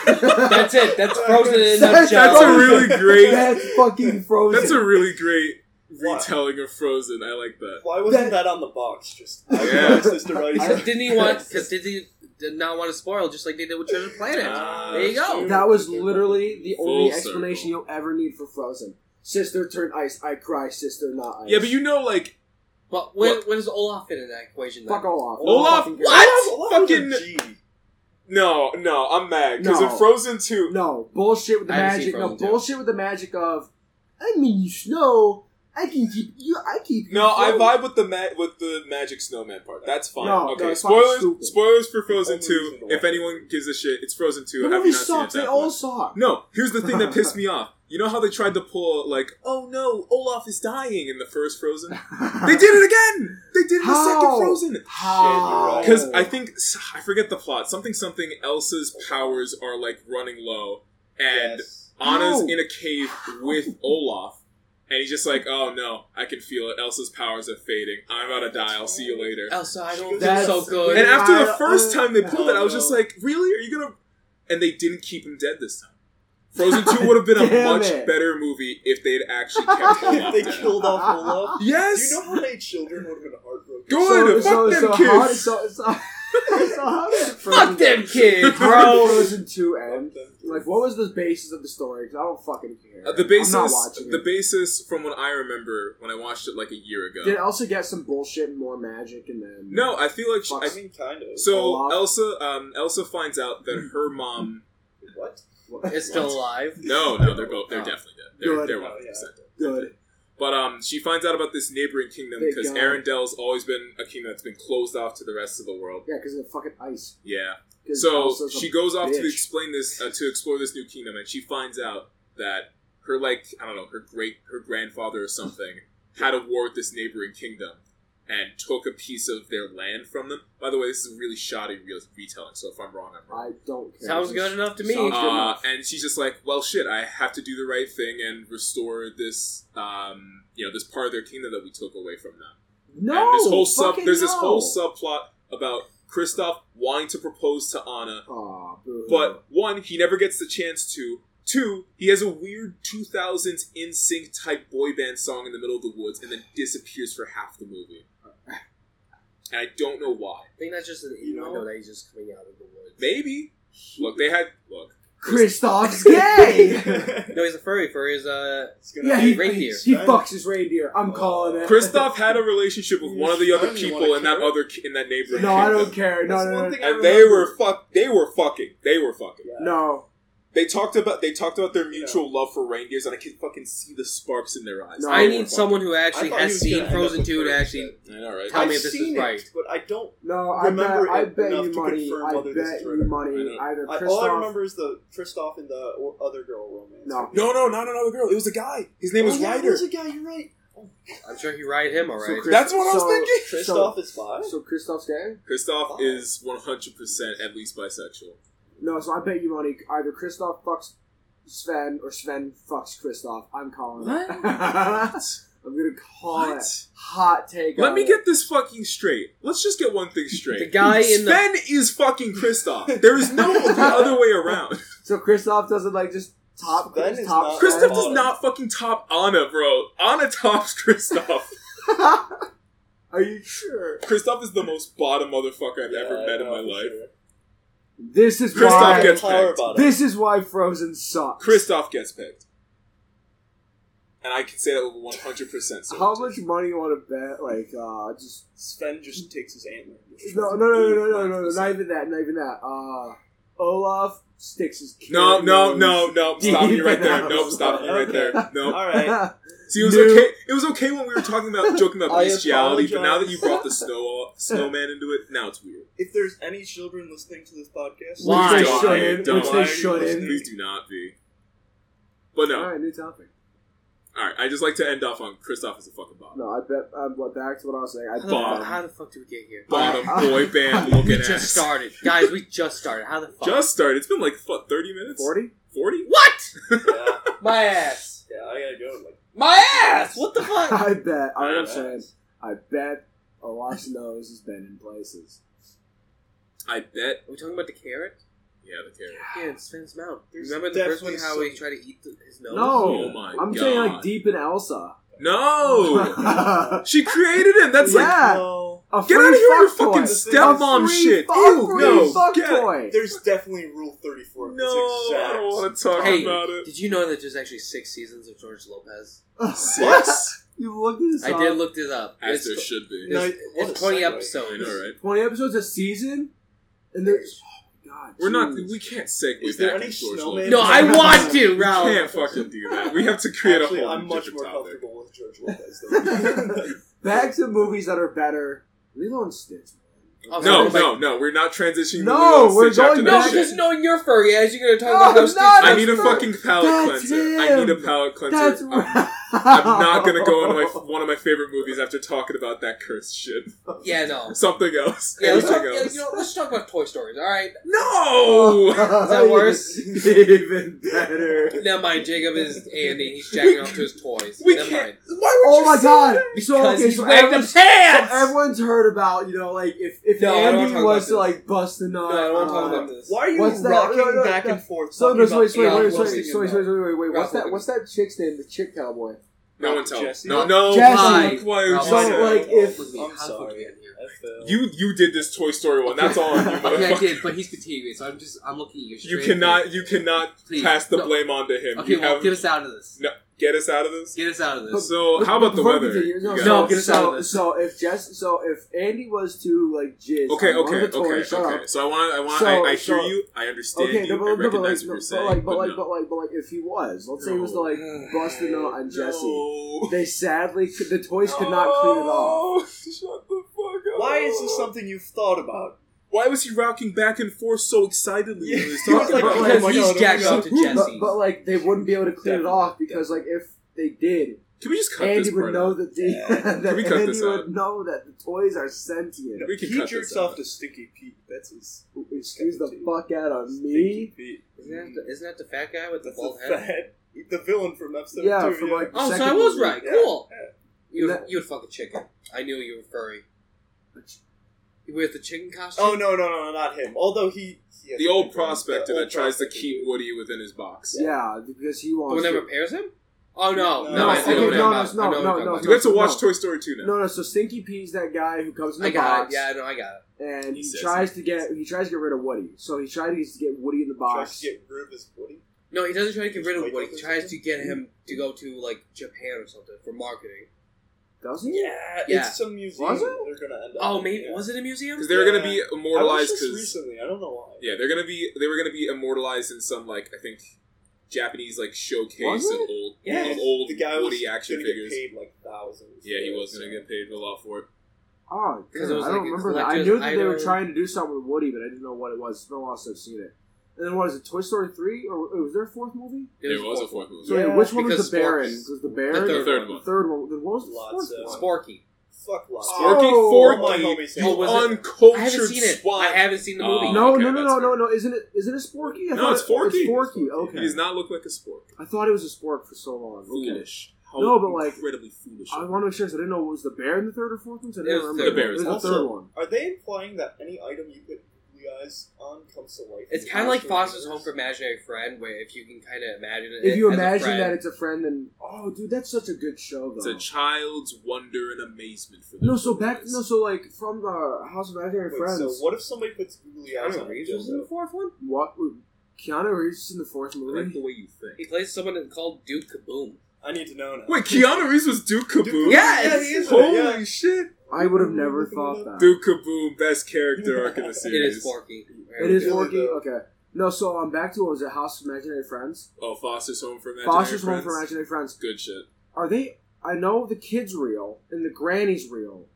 S5: That's it. That's Frozen in a
S1: That's-
S5: nutshell.
S3: That's a really great.
S1: That's fucking frozen.
S3: That's a really great
S4: What?
S3: retelling of Frozen. I like that.
S4: Why wasn't
S1: That-
S4: that on the box? Just
S3: Yeah.
S4: Sister
S5: Because
S4: Ice.
S5: Disney want, because Disney did not want to spoil, just like they did with Treasure Planet.
S4: Uh,
S3: Ah,
S5: there you go.
S4: shoot.
S1: That was literally the
S3: Full
S1: only
S3: circle.
S1: explanation you'll ever need for Frozen. Sister turned ice. I cry. Sister not ice.
S3: Yeah, but you know, like
S5: But when,
S3: Look.
S5: when does Olaf fit in that equation? Then?
S1: fuck Olaf.
S3: Olaf.
S1: Fucking-
S3: What?
S4: Olaf was a
S3: Fucking
S4: G.
S3: No, no, I'm mad because
S1: No.
S3: in Frozen Two,
S1: No bullshit with the
S2: I haven't seen
S1: magic. No
S2: Frozen too.
S1: bullshit with the magic of. I mean, you snow. I can keep you. I keep. You
S3: no, I
S1: floating."
S3: vibe with the ma- with the magic snowman part. That's fine.
S1: No,
S3: okay,
S1: no, it's fucking
S3: spoilers,
S1: stupid.
S3: spoilers for Frozen
S4: Only
S3: Two.
S4: reasonable.
S3: If anyone gives a shit, it's Frozen Two.
S1: The
S3: Have
S1: movie
S3: you not seen
S1: sucks.
S3: it at
S1: They
S3: that
S1: all
S3: point?
S1: suck.
S3: No, here's the thing that pissed me off. You know how they tried to pull like, oh no, Olaf is dying in the first Frozen. They did it again. They did it in the second
S1: How?
S3: Frozen.
S1: How?
S4: Shit, you're
S3: Because I think I forget the plot. Something something Elsa's powers are like running low, and
S4: Yes.
S3: Anna's
S1: No.
S3: in a cave with Olaf, and he's just like, "Oh no, I can feel it. Elsa's powers are fading. I'm about to die. I'll see you later."
S2: Elsa, I don't feel
S1: That's-
S2: so good.
S3: And after the
S1: I-
S3: first time they pulled it, I was
S4: Oh, no.
S3: just like, "Really? Are you gonna?" And they didn't keep him dead this time. Frozen Two would have been a
S1: Damn
S3: much
S1: it.
S3: better movie if they'd actually kept Olaf.
S4: they
S3: dead.
S4: killed off Olaf. Do
S3: Yes.
S4: you know how many children would have been heartbroken?
S3: Good.
S1: so,
S3: Fuck them
S1: so How,
S3: kids.
S1: so, so, so how did Frozen
S2: Fuck them kids,
S1: How did
S2: bro.
S1: Frozen two end? Like, what was the basis of the story? 'Cause I don't fucking care.
S3: Uh, the
S1: I'm not
S3: basis,
S1: watching
S3: the
S1: it.
S3: basis from what I remember when I watched it like a year ago.
S1: Did Elsa get some bullshit and more magic, and then
S3: No, I feel like she,
S1: Fuck.
S3: I
S4: I mean, kind of.
S3: So
S1: Olaf.
S3: Elsa, um, Elsa finds out that her mom.
S4: what?
S1: What?
S2: It's still alive.
S3: No, no, they're both. They're
S2: Oh.
S3: definitely dead. They're,
S1: Good.
S3: they're
S4: Oh,
S3: one
S4: yeah.
S3: hundred percent dead.
S1: good.
S3: But um, she finds out about this neighboring kingdom
S1: Thank
S3: because
S1: God.
S3: Arendelle's always been a kingdom that's been closed off to the rest of the world.
S1: Yeah, because of the fucking ice.
S3: Yeah.
S1: 'Cause
S3: So
S1: Elsa's a
S3: she goes off to
S1: bitch.
S3: explain this uh, to explore this new kingdom, and she finds out that her like I don't know her great her grandfather or something had a war with this neighboring kingdom and took a piece of their land from them. By the way, this is a really shoddy real retelling, so if I'm wrong, I'm wrong.
S1: I don't care.
S2: Sounds good enough to me.
S1: Sounds good
S3: Uh,
S1: enough.
S3: and she's just like, well, shit, I have to do the right thing and restore this, um, you know, this part of their kingdom that we took away from them.
S1: No,
S3: and this whole sub,
S1: fucking
S3: there's this
S1: no.
S3: whole subplot about Kristoff wanting to propose to Anna
S1: Aw, boo.
S3: but one, he never gets the chance to. Two, he has a weird 2000s in sync type boy band song in the middle of the woods and then disappears for half the movie. And I don't know why.
S2: I think that's just an
S4: You know?
S2: innuendo that he's just coming out of the woods.
S3: Maybe. Look, they had. Look.
S1: Kristoff's gay.
S2: No, he's a furry. Furry is uh,
S4: It's gonna
S1: yeah,
S4: be
S1: he,
S2: Reindeer.
S1: he fucks his reindeer. I'm
S4: Oh.
S1: calling it.
S3: Kristoff had a relationship with one of the other
S4: Son, you
S3: people
S4: wanna
S3: in that
S4: care?
S3: other ki- in that neighborhood.
S1: no, I
S3: kingdom.
S1: don't care. No,
S4: That's
S1: no,
S4: one
S1: no,
S4: thing I
S3: And they
S4: remember.
S3: were fuck. They were fucking. They were fucking.
S4: Yeah.
S1: no.
S3: They talked about. They talked about their mutual love for reindeers, and I can fucking see the sparks in their eyes.
S1: No,
S2: I
S3: They were
S2: need
S3: fucking-
S2: someone who actually
S4: I thought he
S2: has
S4: was
S2: seen
S4: gonna end up
S2: Frozen
S4: with
S2: Two to
S4: furry
S2: actually.
S4: shit.
S3: I know, right?
S2: Tell
S4: I've
S2: me if this is
S4: seen it,
S2: right.
S4: but I don't.
S1: No, I bet,
S4: remember
S1: I
S4: it
S1: bet
S4: enough
S1: you
S4: to
S1: money.
S4: confirm
S1: I
S4: whether this
S1: bet
S4: is
S1: you
S4: right.
S1: money.
S3: I
S1: Either
S4: I, all I
S1: Kristoff-
S4: remember is the Kristoff and the o- other girl romance.
S1: No.
S3: No, no, not another girl. It was a guy. His name
S4: oh,
S3: was
S4: yeah,
S3: Ryder.
S4: it was a guy. You're right.
S2: I'm sure he ride him all
S1: So
S2: right.
S1: Chris-
S3: That's what I was
S1: so-
S3: thinking.
S4: Kristoff is bi.
S1: So Kristoff's gay?
S3: Kristoff
S4: Wow.
S3: is 100% at least bisexual.
S1: No, so I bet you money. Either Kristoff fucks Sven or Sven fucks Kristoff. I'm calling it. I'm gonna call it. Hot take.
S3: Let
S1: on
S3: me
S1: it.
S3: get this fucking straight. Let's just get one thing straight.
S2: The guy in the-
S3: Sven is fucking Kristoff. There is no the other way around.
S1: So Kristoff doesn't like just top.
S4: Sven
S1: just
S4: is
S1: top
S4: not-
S3: Kristoff
S1: Sven?
S3: does not fucking top Anna, bro. Anna tops Kristoff.
S1: Are you sure?
S3: Kristoff is the most bottom motherfucker I've ever
S4: Yeah,
S3: met in
S4: no,
S3: my
S4: for
S3: life.
S4: sure.
S1: This is
S3: Kristoff
S1: why.
S3: gets
S4: Power
S3: pegged.
S4: bottom.
S1: this is why Frozen sucks.
S3: Kristoff gets picked. And I can say that with 100%
S1: How
S3: certainty.
S1: much money you want to bet? Like, uh, just
S4: Sven just takes his antler.
S1: No, no, no, no, no, no, no, not even that, not even that. Uh, Olaf sticks his
S3: No, no, no,
S1: carrot
S3: no! Stop you right there!
S1: Deep
S3: Nope, stop you right there! Nope.
S4: All
S1: nose.
S4: right.
S3: See, it was
S1: Nope.
S3: okay. It was okay when we were talking about joking about
S4: I
S3: bestiality, but now that you
S4: apologize.
S3: brought the snow snowman into it, now it's weird.
S4: If there's any children listening to this podcast,
S2: Why?
S1: Which they
S3: Don't,
S1: shouldn't.
S3: don't.
S1: Which
S4: Why are
S1: they
S4: you
S1: shouldn't.
S4: listening?
S3: Please do not be. But no, all
S1: All
S3: right.
S1: right, new topic.
S3: I just like to end off on Kristoff as a fucking bottom,
S1: No, I bet. I'm back to what I was saying. I
S2: how,
S1: bet. um,
S2: the fuck,
S3: Bob.
S2: how the fuck did we get here?
S3: bottom
S1: Uh,
S3: boy band
S1: we
S2: We
S3: looking
S2: just
S3: ass.
S2: started, guys. We just started. How the fuck?
S3: Just started. It's been like what thirty minutes?
S1: Forty.
S3: Forty?
S2: what?
S4: yeah, yeah,
S2: My ass.
S4: I gotta go. Like,
S2: My ass. What the fuck?
S1: I bet. I know what I'm
S4: Yeah.
S1: saying. I bet Olaf's nose has been in places.
S3: I bet.
S2: Are we talking about the carrot?
S3: Yeah, the carrot.
S2: Yeah, in Sven's mouth.
S4: There's
S2: Remember the first one
S4: definitely
S2: how he
S4: some-
S2: tried to eat the, his nose?
S1: No,
S3: Oh my
S1: I'm
S3: god! Oh.
S1: saying like deep in Elsa.
S3: no, she created him. That's like
S1: Yeah.
S4: no,
S1: A
S3: Get
S1: free
S3: out of here with
S1: fuck
S3: your fucking
S1: toy.
S3: stepmom
S1: A free
S3: shit.
S1: Fuck,
S3: Ew,
S1: free
S3: no,
S1: fuck
S3: get-
S1: toy.
S4: there's definitely Rule Thirty Four.
S3: no. I don't want to talk
S2: Hey,
S3: about it.
S2: Did you know that there's actually six seasons of George Lopez?
S3: Six,
S1: You looked this
S2: I
S1: up.
S2: did look this up.
S3: as there
S2: It's,
S3: should be.
S4: No,
S2: it's,
S4: what
S2: it's
S4: a
S2: 20
S4: segue.
S3: I
S2: episodes.
S3: know, right?
S1: 20 episodes a season? And there's. God,
S3: We're not.
S1: jeez.
S3: We can't segue
S4: Is there
S3: back
S4: any
S3: to George Lopez.
S4: snowman-
S5: No, I want to,
S3: We can't
S5: Ralph.
S3: fucking do that. We have to create
S4: Actually,
S3: a whole
S4: I'm much
S3: different
S4: more
S3: topic.
S4: comfortable with George Lopez. Though.
S1: Back to movies that are better. Lilo and Stitch. man.
S5: Oh,
S3: No,
S5: Sorry, like-
S3: no, no. We're not transitioning.
S1: No,
S3: the Lilo and
S1: we're
S3: Stitch after
S1: going
S3: that
S5: No,
S1: back
S3: shit.
S5: because knowing your furry ass, you're gonna talk about
S1: Oh,
S5: how
S1: no,
S5: Stitch.
S3: I
S1: that's
S3: need a
S1: not-
S3: fucking palate
S1: that's
S3: cleanser. I need a
S1: him.
S3: palate cleanser.
S1: That's
S3: I'm,
S1: right.
S3: I'm not gonna go on my one of my favorite movies after talking about that cursed shit.
S5: Yeah, no.
S3: Something else.
S5: Yeah, let's
S3: Anything
S5: talk. Yeah,
S3: else.
S5: you know, let's talk about Toy Stories. All right.
S3: No.
S1: Is
S5: that worse?
S1: Even better.
S5: Never mind. Jacob is Andy. He's jacking off to his toys.
S3: We
S5: Never
S3: can't-
S5: mind.
S3: Why would
S1: Oh
S3: you
S1: my
S3: say
S1: god!
S3: that?
S1: So
S5: Because
S1: okay,
S5: he's
S1: so
S5: wearing them
S1: everyone's, so
S5: pants.
S1: everyone's heard about you know like if if
S5: No, I don't wanna
S1: Andy
S5: talk
S1: was
S5: about
S1: to
S5: this.
S1: like bust a
S5: no,
S1: nut.
S5: I don't want to
S1: on-
S5: talk about this.
S4: Uh, Why are you
S1: What's that?
S4: rocking
S1: No, no,
S4: back
S1: no.
S4: and forth?
S1: So
S4: talking
S1: no, so wait,
S4: about
S1: so wait,
S4: Elon
S1: wait,
S5: Ralph
S1: so
S4: Musk
S1: wait,
S4: and uh,
S1: so wait, so wait,
S4: about-
S1: so wait, wait, wait. What's
S5: Ralph
S1: that?
S5: Wilson.
S1: What's that chick's name? The chick cowboy.
S3: No one tell.
S4: Jesse.
S3: No, no.
S1: Jesse.
S3: Why? Why would you
S1: So,
S3: say that?
S1: like, if-
S4: I'm
S5: How
S4: sorry.
S5: could we get here?
S4: I fell.
S3: You you did this Toy Story one. That's all on you,
S5: Okay, I
S3: motherfucker.
S5: did, but he's continuing. So I'm just I'm looking at you.
S3: You
S5: straight.
S3: cannot you cannot
S5: Please.
S3: pass the
S5: No.
S3: blame onto him.
S5: Okay,
S3: you
S5: well,
S3: have
S5: get us out of this.
S3: get us out of this.
S5: Get us out of this.
S3: So how about the
S1: Before we
S3: weather?
S1: continue,
S3: you
S1: No,
S3: guys?
S5: No,
S1: so,
S5: get us
S1: so,
S5: out of this.
S1: So if Jess, so if Andy was to like jizz,
S3: Okay,
S1: on one
S3: okay,
S1: of the toys,
S3: okay,
S1: shut
S3: okay.
S1: up.
S3: So I want, I want,
S1: So-
S3: I, I hear
S1: so-
S3: you, I understand
S1: Okay,
S3: you,
S1: no, but,
S3: I
S1: no, but, like, no,
S3: recognize what you're
S1: but,
S3: saying,
S1: like, but
S3: but
S1: like,
S3: no.
S1: but like, but like, if he was, let's say he was to like bust a nut on Jesse,
S3: No.
S1: they sadly could- the toys could not clean it off.
S3: No! Oh, Shut the fuck up.
S4: Why is this something you've thought about?
S3: Why was he rocking back and forth so excitedly when he was
S4: He was
S3: talking
S4: like,
S3: about?
S4: oh
S5: because
S4: my
S5: he's
S4: God,
S5: jacked
S4: oh my
S5: off to
S1: But-
S5: Jesse.
S1: But, like, they wouldn't be able to clean it off because like if they did,
S3: Can we just cut
S1: Andy
S3: this
S1: would
S3: part?
S1: know
S3: out?
S1: that the
S4: Yeah.
S1: that
S3: we cut
S1: Andy
S3: this
S1: would
S3: out?
S1: know that the toys are sentient.
S4: No,
S3: We can
S4: he
S3: cut
S4: jerks
S3: this out.
S4: off to Stinky Pete. That's his
S1: Excuse the
S4: Stinky
S1: fuck out of Uh, me.
S4: Pete.
S5: Isn't that, the, isn't that the fat guy with the
S4: That's
S5: bald
S4: the
S5: head?
S4: fat, the villain from episode
S1: Yeah,
S4: two.
S1: from
S4: yeah.
S1: like the
S5: Oh, so
S1: second
S5: I was
S1: movie.
S5: right.
S4: Yeah.
S5: Cool. You
S1: That-
S5: you would fuck a chicken. I knew you were furry. You wear the chicken costume.
S4: Oh no, no, no, not him. Although he, he
S3: The old prospector that
S4: the old
S3: tries to
S4: prospector.
S3: keep Woody within his box.
S1: Yeah, because he
S5: Oh,
S1: wants.
S5: it never
S1: to-
S5: pairs him? Oh, no.
S4: No,
S5: No,
S4: no,
S5: I see
S4: okay,
S5: what you're
S4: no,
S5: talking
S1: no,
S5: about. I know
S1: no,
S5: what you're
S1: no,
S5: talking
S3: You have to
S1: no.
S3: watch Toy Story 2 now.
S1: No, no. So Stinky P's that guy who comes in
S5: about.
S1: the
S5: I got it.
S1: box,
S5: Yeah, I know, I got it.
S1: and he,
S3: He says
S1: tries to
S3: he
S1: get he tries to get rid of Woody. So he tries to get Woody in the
S4: Tries
S1: box.
S4: to get rid of his Woody.
S5: No, he doesn't try to get rid of
S4: Wait,
S5: Woody.
S4: what
S5: He
S4: was
S5: tries
S4: it?
S5: to get him to go to, like, Japan or something for marketing.
S1: Does he?
S4: Yeah,
S5: Yeah.
S4: it's some museum.
S1: Was it?
S4: They're gonna end up.
S5: Oh,
S4: in,
S5: maybe.
S4: yeah.
S5: Was it a museum?
S3: Because they were going to be
S4: I
S3: immortalized
S4: watched this
S3: because...
S4: recently. I don't know why.
S3: Yeah, they're going to be... They were going to be immortalized in some, like, I think... Japanese like showcase
S1: Was it?
S3: of old,
S4: Yeah,
S3: of old
S4: the guy
S3: Woody
S4: was
S3: action
S4: gonna get
S3: figures.
S4: paid like thousands.
S3: Yeah, he
S4: for
S3: was
S4: it,
S3: gonna
S4: so.
S3: get paid a lot for it.
S1: Oh, damn,
S5: 'Cause it was
S1: I don't
S5: like a
S1: remember that. I
S5: collector's
S1: knew that they were
S5: item.
S1: trying to do something with Woody, but I didn't know what it was. It's been a while since I've seen it. And then what is it? Toy Story three, or or was there a fourth movie?
S3: There was a fourth movie.
S1: So yeah,
S4: Yeah,
S1: which one was
S5: because
S1: the Baron?
S5: Sporks-
S1: Was the Baron
S5: The
S3: The third
S1: The
S3: one.
S1: third one. Then what was the
S4: Lots
S1: fourth
S4: of-
S1: one?
S5: Sporky.
S4: Fuck lots.
S1: Oh,
S3: Sporky
S4: my
S3: Forky,
S4: homies.
S3: you
S5: Oh, was it?
S3: uncultured
S5: I haven't seen it.
S3: swine.
S5: I haven't seen the
S3: Oh.
S5: movie.
S1: Uh, No,
S3: okay,
S1: no, no,
S3: that's
S1: no, no, no. Isn't it? Isn't it Sporky? I
S3: No,
S1: thought
S3: it's
S1: it-
S3: Forky.
S1: It's Forky. Okay.
S3: He does not look like a spork.
S1: I thought it was a spork for so long. Okay.
S3: Foolish. How
S1: No, but, like,
S3: incredibly foolish.
S1: I want to make sure 'cause I didn't know was the bear in the third or fourth one. so I
S5: It
S1: didn't
S5: was
S1: remember.
S3: the bear.
S1: It was the
S4: Also-
S1: third one.
S4: Are they implying that any item you put blue eyes on comes to life?
S5: It's
S4: in
S5: kind of like
S4: Monster
S5: Foster's
S4: Universe?
S5: Home for Imaginary Friend, where if you can kind of imagine it.
S1: If you
S5: as a
S1: imagine
S5: friend-
S1: that it's a friend, then oh, dude, that's such a good show
S3: it's
S1: though.
S3: a child's wonder and amazement for them.
S1: no, so back no, so like from the House of Imaginary
S4: Wait,
S1: Friends.
S4: so what if somebody puts googly eyes
S5: Keanu
S4: on a
S5: Reeves was in the
S4: dildo?
S5: fourth one?
S1: what? Keanu Reeves is in the fourth
S3: I like
S1: movie.
S3: the way you think.
S5: He plays someone called Duke Kaboom.
S4: I need to know now.
S3: Wait, Keanu Reeves was Duke Kaboom.
S4: Duke-
S5: Yes!
S4: he is in
S3: Holy
S4: it, yeah.
S3: shit!
S1: I would have never thought that.
S3: Duke Kaboom, best character arc in the
S5: It
S3: series.
S5: is Forky.
S1: it is
S4: Really,
S1: Forky.
S4: though.
S1: Okay. No, so um, back to what was it? House of Imaginary Friends.
S3: Oh, Foster's Home for Imaginary
S1: Foster's Home
S3: Friends.
S1: for Imaginary Friends.
S3: Good shit.
S1: Are they? I know the kids real and the granny's real.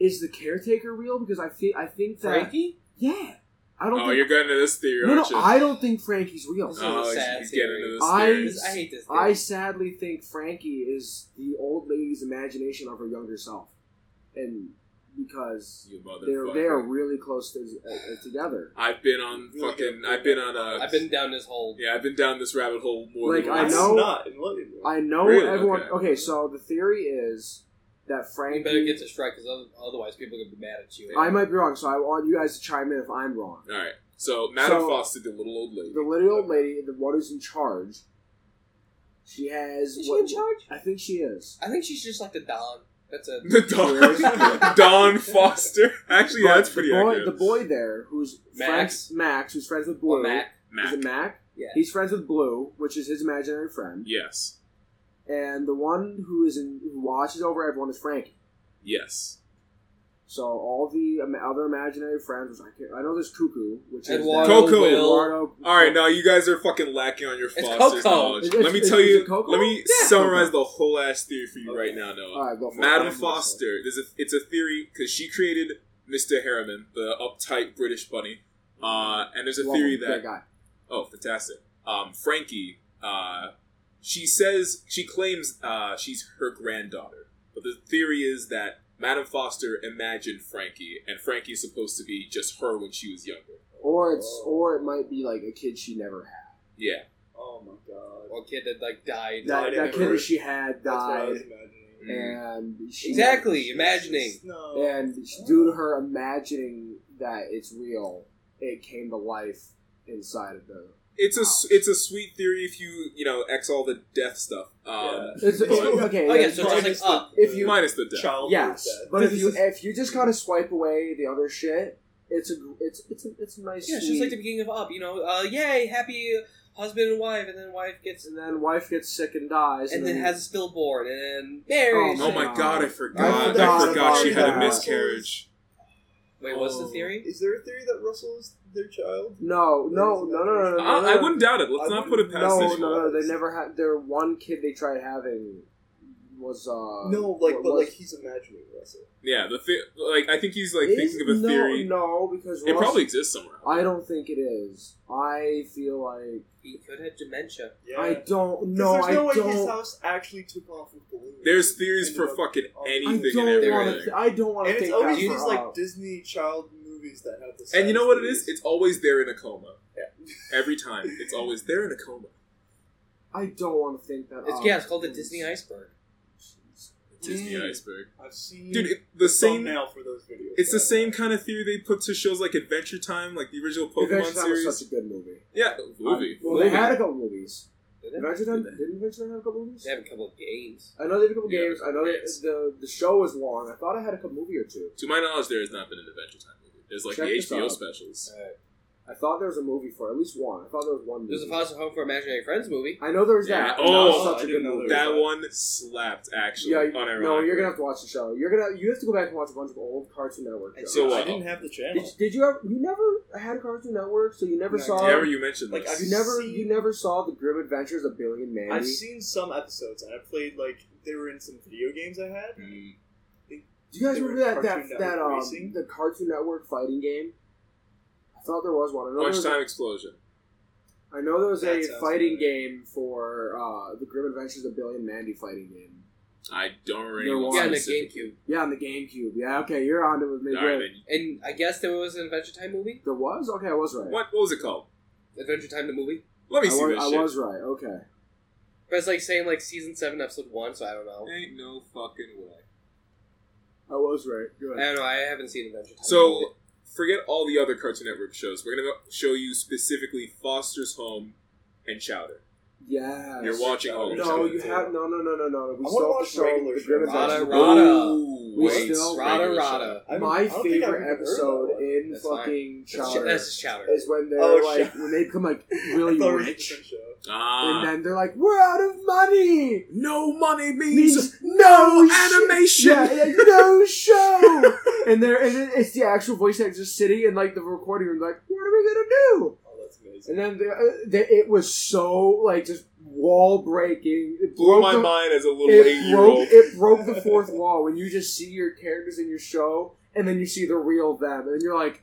S1: Is the caretaker real? Because I feel I think that
S5: Frankie?
S1: yeah. I don't.
S3: Oh,
S1: think,
S3: you're getting into this theory,
S1: no, no,
S3: aren't you?
S1: I don't think Frankie's real.
S5: This is
S3: Oh,
S5: a
S3: he's-
S5: sad
S3: he's getting
S5: theory.
S3: into this
S1: I-
S3: theory.
S5: I hate this.
S1: I
S5: Theory.
S1: sadly think Frankie is the old lady's imagination of her younger self, and because
S3: You
S1: they're they are
S3: motherfucker.
S1: really close to, uh, together.
S3: I've been on
S4: Really
S3: fucking.
S4: good.
S3: I've been on a.
S5: I've been down this hole.
S3: Yeah, I've been down this rabbit hole more
S1: Like,
S3: than
S1: I
S3: once.
S4: It's
S1: know-
S4: not in London.
S1: I know
S3: Really?
S1: everyone.
S3: Okay.
S1: Okay. so the theory is that
S5: You
S1: Frankie.
S5: better get to strike, because otherwise people are going to be mad at you.
S1: I might be wrong, so I want you guys to chime in if I'm wrong.
S3: All right. So Madame
S1: So-
S3: Foster, the little old lady.
S1: The little old lady, the one who's in charge, she has.
S5: Is she
S1: what-
S5: in charge?
S1: I think she is.
S5: I think she's just like the Don. That's a.
S3: The Don, Don Foster. Actually, yeah,
S1: But
S3: that's pretty
S1: the boy,
S3: accurate.
S1: The boy there, who's
S5: Max?
S1: friends, Max, who's friends with
S5: Or
S1: Blue.
S5: Mac.
S1: Is it
S3: Mac.
S1: Mac?
S5: Yeah.
S1: He's friends with Blue, which is his imaginary friend,
S3: Yes.
S1: and the one who is in who watches over everyone is Frankie.
S3: Yes.
S1: So all the um, other imaginary friends, which I can't, I know there's Cuckoo, which
S5: Eduardo,
S1: is
S3: Coco.
S5: Will.
S1: Eduardo.
S3: All right, now you guys are fucking lacking on your
S5: It's
S3: Foster's
S5: Coco.
S3: knowledge.
S1: Is it-
S3: let me
S1: is-
S3: tell
S1: is
S3: you.
S1: it Coco?
S3: Let me
S1: Yeah,
S3: summarize
S1: Coco.
S3: the whole ass theory for you right now, Noah.
S1: All right, go for
S3: Madam
S1: it.
S3: Foster. There's a, it's a theory because she created Mr. Harriman, the uptight British bunny. Uh, and there's a
S1: Love
S3: theory
S1: him, great
S3: that
S1: guy.
S3: oh, fantastic. Um, Frankie. Uh, she says she claims uh, she's her granddaughter, but the theory is that Madam Foster imagined Frankie, and Frankie is supposed to be just her when she was younger.
S1: or it's or it might be like a kid she never had.
S3: Yeah,
S4: Oh my god.
S5: Or kid that like died.
S1: That,
S4: Died
S1: that
S4: never
S1: kid that
S4: heard.
S1: she had
S4: That's what I was
S1: died,
S4: imagining.
S1: and she
S5: Exactly, imagining.
S4: No.
S1: And due to her imagining that it's real, it came to life inside of the.
S3: it's a s- it's a sweet theory if you you know x all the death stuff. Um,
S1: It's, it's,
S3: But-
S1: okay,
S5: Oh, yeah,
S1: it's
S5: so it's
S1: fine.
S5: just like
S3: uh,
S5: up.
S1: If you-
S3: minus the death.
S4: child
S1: yes, but if you if you just kind of swipe away the other shit, it's a gr- it's it's a, it's a nice.
S5: Yeah, it's
S1: sweet-
S5: just like the beginning of Up, you know, uh, yay, happy husband and wife, and then wife gets
S1: and then wife gets sick and dies,
S5: and then has a stillborn and then marriage.
S1: Oh
S3: Oh my god, I forgot. I
S4: forgot
S3: forgot,
S4: about
S3: she had
S1: that.
S3: a miscarriage.
S5: Wait, what's the theory?
S4: Is there a theory that Russell is their child?
S1: no, no, no, no, no, no, no,
S3: I, I
S1: no.
S3: wouldn't doubt it. Let's
S4: I
S3: not put it past
S1: No, no,
S3: anyone.
S1: no, they never had. Their one kid they tried having was uh
S4: no, like, but
S1: was-
S4: like he's imagining Russell.
S3: Yeah, the thi- like I think he's like
S1: Is-
S3: thinking of a
S1: no,
S3: theory.
S1: No, because
S3: It
S1: Russ-
S3: probably exists somewhere.
S1: I don't think it is. I feel like
S5: He could have dementia.
S4: Yeah.
S1: I don't know.
S4: there's
S1: I
S4: no way his
S1: don't.
S4: house actually took off with balloons.
S3: There's theories for
S4: And,
S3: fucking
S4: um,
S1: I
S3: anything and
S1: don't want
S3: everything.
S1: to. I don't want
S4: And
S1: to
S4: it's
S1: think
S4: always
S1: that
S4: these
S1: for
S4: like
S1: up.
S4: Disney child movies that have this.
S3: And you know what it is? It's always there in a coma.
S4: Yeah.
S3: Every time, it's always there in a coma.
S1: I don't want to think that.
S5: It's
S1: up.
S5: yeah, it's called the Disney iceberg.
S3: Disney
S4: Mm.
S3: iceberg,
S4: I've seen
S3: dude. It, the same.
S4: thumbnail for those videos.
S3: It's the
S4: but-
S3: same kind of theory they put to shows like Adventure Time, like the original Pokemon
S1: Adventure Time was
S3: series.
S1: such a good movie.
S3: yeah, movie.
S1: Well, they
S3: movie.
S1: had a couple movies.
S5: Did they?
S1: Adventure Time didn't Adventure Time have a couple movies?
S5: They have a couple of games.
S1: I know they had a couple
S3: Yeah,
S1: games. I know that
S3: games.
S1: the the show was long. I thought I had a couple movie or two.
S3: to my knowledge, there has not been an Adventure Time movie. There's like
S1: Check
S3: the
S1: this
S3: HBO
S1: out.
S3: specials.
S1: I thought there was a movie for it, at least one. I thought there was one.
S5: There's a
S1: Movie.
S5: Foster Home for Imaginary Friends movie.
S1: I know there was
S3: Yeah,
S1: that.
S3: oh,
S1: and that was
S4: I
S1: such a
S4: didn't
S1: good
S4: know
S1: movie.
S4: there
S3: That one slapped actually.
S1: Yeah,
S3: unironically.
S1: no, you're gonna have to watch the show. You're gonna you have to go back and watch a bunch of old Cartoon Network.
S4: I
S1: shows.
S3: So uh,
S4: didn't- I
S3: what?
S4: didn't have the
S1: Did,
S4: channel.
S1: did you ever? You never had Cartoon Network, so you never
S4: No, I
S1: saw.
S4: didn't.
S3: Never you mentioned
S4: Like,
S3: this.
S4: I've
S1: you never,
S4: seen-
S1: you never saw the Grim Adventures of Billy and Mandy.
S4: I've seen some episodes, and I played like they were in some video games I had.
S3: Mm.
S1: Do you guys
S4: they were
S1: remember that that
S4: Cartoon
S1: that
S4: Network
S1: um
S4: racing?
S1: the Cartoon Network fighting game? I thought there was one. I know there was,
S3: Lunchtime explosion.
S1: I know there was
S4: That
S1: a
S4: sounds
S1: fighting
S4: familiar.
S1: game for uh, the Grim Adventures of Billy and Mandy fighting game.
S3: I don't
S1: There
S3: remember.
S1: was.
S5: Yeah, and a
S3: specific-
S5: GameCube.
S1: Yeah, on the GameCube. Yeah, okay, you're on to it with me.
S3: All right,
S1: Great.
S3: then.
S5: And I guess there was an Adventure Time movie.
S1: There was okay. I was right.
S3: What, what was it called?
S5: Adventure Time the movie.
S3: Let
S1: I
S3: me see
S1: was,
S3: this
S1: I
S3: shit.
S1: was right. Okay.
S5: But it's like saying like season seven, episode one. So I don't know.
S3: Ain't no fucking way.
S1: I was right.
S5: I
S1: Good.
S5: don't know. I haven't seen Adventure Time. the movie.
S3: So, forget all the other Cartoon Network shows. We're going to show you specifically Foster's Home and Chowder.
S1: Yes.
S3: You're watching all of
S4: Chowder's
S1: No,
S4: on
S3: them.
S4: the
S1: you
S4: table.
S1: have no, no, no, no, no. We
S4: wanna
S1: still have
S4: watch
S1: to show
S4: regular
S1: the Grim
S4: shows.
S1: Adventures.
S5: Rada
S1: of
S5: Rada.
S3: Oh,
S1: We
S3: wait.
S1: still-
S5: Rada
S3: regular
S5: Rada.
S4: I don't- I
S1: My
S4: don't think I've even
S1: favorite
S4: heard of
S1: episode
S4: that one.
S1: in
S5: That's
S1: fucking
S5: That's Ch-
S1: Chowder
S5: that's just Chowder.
S1: is when they're
S4: Oh,
S1: like when they become like really
S4: I thought it was a
S1: rich,
S4: different show.
S3: show. Ah.
S1: and then they're like, "We're out of money."
S3: no money means
S1: Means
S3: no
S1: no sh-
S3: Oh, animation.
S1: yeah, yeah, no show. and they're and then it's the actual voice actor just sitting in like the recording room, like, "What are we gonna do?"
S4: Oh, that's
S1: And
S4: amazing.
S1: then the, uh, the, it was so like just wall breaking. It
S3: blew
S1: broke
S3: my
S1: the-
S3: mind as a little eight
S1: it
S3: year
S1: broke,
S3: old.
S1: it broke the fourth wall when you just see your characters in your show and then you see the real them and you're like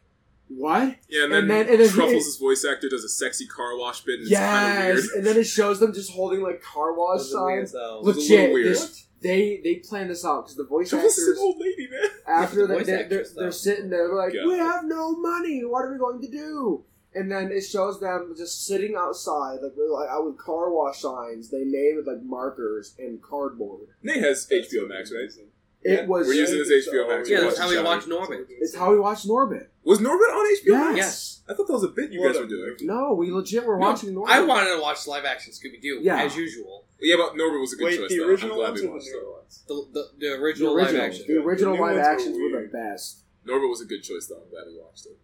S1: what
S3: Yeah, and then,
S1: and then- and then-
S3: Truffles' voice actor does a sexy car wash bit, and
S1: yes
S3: it's kind of weird.
S1: and then it shows them just holding like car wash
S5: Those are weird,
S1: signs
S5: though.
S3: Look- It's a
S1: legit
S3: little weird.
S1: this- they they plan this out because the voice
S3: Truffles is an
S1: actors
S3: old lady, man.
S1: after
S5: the
S1: that
S5: voice
S1: they're,
S5: actors,
S1: they're, they're
S5: though.
S1: sitting there like
S3: Yeah.
S1: we have no money what are we going to do and then it shows them just sitting outside like, with, like with car wash signs they made with like markers and cardboard
S3: Nate has
S4: That's
S3: HBO
S4: so
S3: Max, right?
S4: amazing.
S1: it
S3: Yeah,
S1: was
S3: We're using his HBO Max.
S5: yeah,
S3: We're
S5: that's
S3: watching
S5: how we
S3: Chowder.
S5: watch Norman.
S1: it's how we watched Norbit
S3: Was Norbit on HBO Max?
S1: yes.
S3: I thought that was a bit you
S4: What
S3: guys
S4: a-
S3: were doing.
S1: No, we legit were
S3: No,
S1: watching Norbit.
S5: I wanted to watch live action Scooby Doo
S1: Yeah.
S5: as usual.
S3: Yeah, but Norbit was a good
S4: Wait,
S3: choice.
S4: the
S3: though.
S4: original
S3: I'm glad
S4: ones
S3: we
S4: or the
S3: watched
S4: newer ones?
S5: The the, the
S1: the
S5: original,
S1: original.
S5: live action.
S1: The original
S4: The new
S1: live
S4: ones were
S1: actions were the
S4: weird.
S1: best.
S3: it. Norbit was a good choice, though. I'm glad we watched it.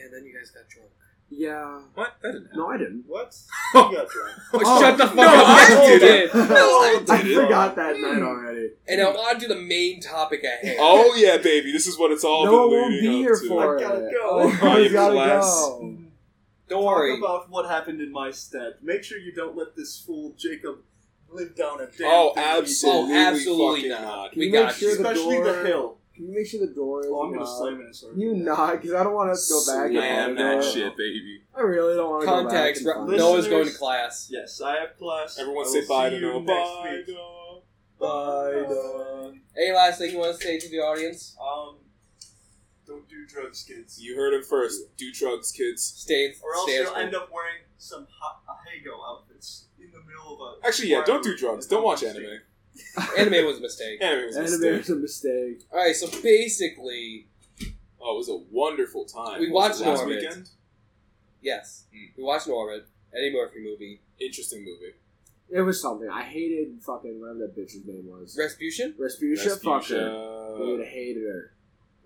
S5: And then you guys got drunk.
S1: Yeah.
S3: What? That didn't happen.
S1: No, I didn't.
S4: What? You got drunk.
S5: Oh,
S1: Oh,
S5: shut the fuck
S3: no,
S5: up!
S3: I
S5: Yes, you
S3: did.
S1: I
S3: I did it.
S1: forgot that
S5: Hmm.
S1: night already.
S5: And now on to the main topic at hand.
S3: Oh yeah, baby. This is what it's all
S1: Noah
S3: been
S1: won't
S3: leading
S1: be
S3: up
S1: here
S3: to.
S1: for
S4: I gotta
S1: it.
S4: go.
S3: Oh, you
S1: He's gotta
S3: blast.
S1: go.
S5: Don't
S4: Talk
S5: worry.
S4: about what happened in my stead. Make sure you don't let this fool Jacob live down a damn
S3: Oh,
S4: thing he did.
S3: absolutely,
S5: Oh, absolutely
S3: fucking
S5: not.
S3: not.
S1: Can
S5: We
S1: you
S5: got
S1: make
S5: you.
S1: sure the
S4: Especially
S1: door?
S4: the hill.
S1: Can you make sure the door is
S4: Oh, I'm gonna
S1: locked?
S4: slam it. in sort of-
S1: You not, because I don't want us to go back.
S3: Slam
S1: and
S3: that
S1: go-
S3: shit, baby.
S1: I really don't want to go back.
S5: Contacts.
S1: and
S5: Ro-
S1: find
S4: Listen-
S1: it.
S5: Noah's going to class.
S4: Yes, I have class.
S3: Everyone
S4: I
S3: say
S4: will
S3: bye
S4: see
S3: to
S4: you
S3: Noah.
S4: next
S3: Bye,
S4: week.
S3: Noah.
S4: Bye, Noah.
S5: Any last thing you want to say to the audience?
S4: Um, don't do drugs, kids.
S3: You heard him first. Do drugs, kids.
S5: Stay in,
S4: Or else
S5: stay in
S4: you'll
S5: school.
S4: end up wearing some hot Ahego outfits in the middle of a.
S3: Actually, yeah. Don't do drugs. Don't watch anime.
S5: Anime was a mistake.
S3: Anime was a
S1: And
S3: mistake.
S1: there's a mistake.
S5: All right, so basically,
S3: Oh, it was a wonderful time.
S5: We
S3: Was
S5: watched
S3: it last
S5: Norbit.
S3: weekend.
S5: yes,
S3: Hmm.
S5: we watched Norbit, Eddie Murphy movie,
S3: Interesting movie.
S1: It was something. I hated fucking whatever that bitch's name was.
S5: Respution.
S1: Respucia? Fuck her. I would
S3: Respucia.
S1: have hated her.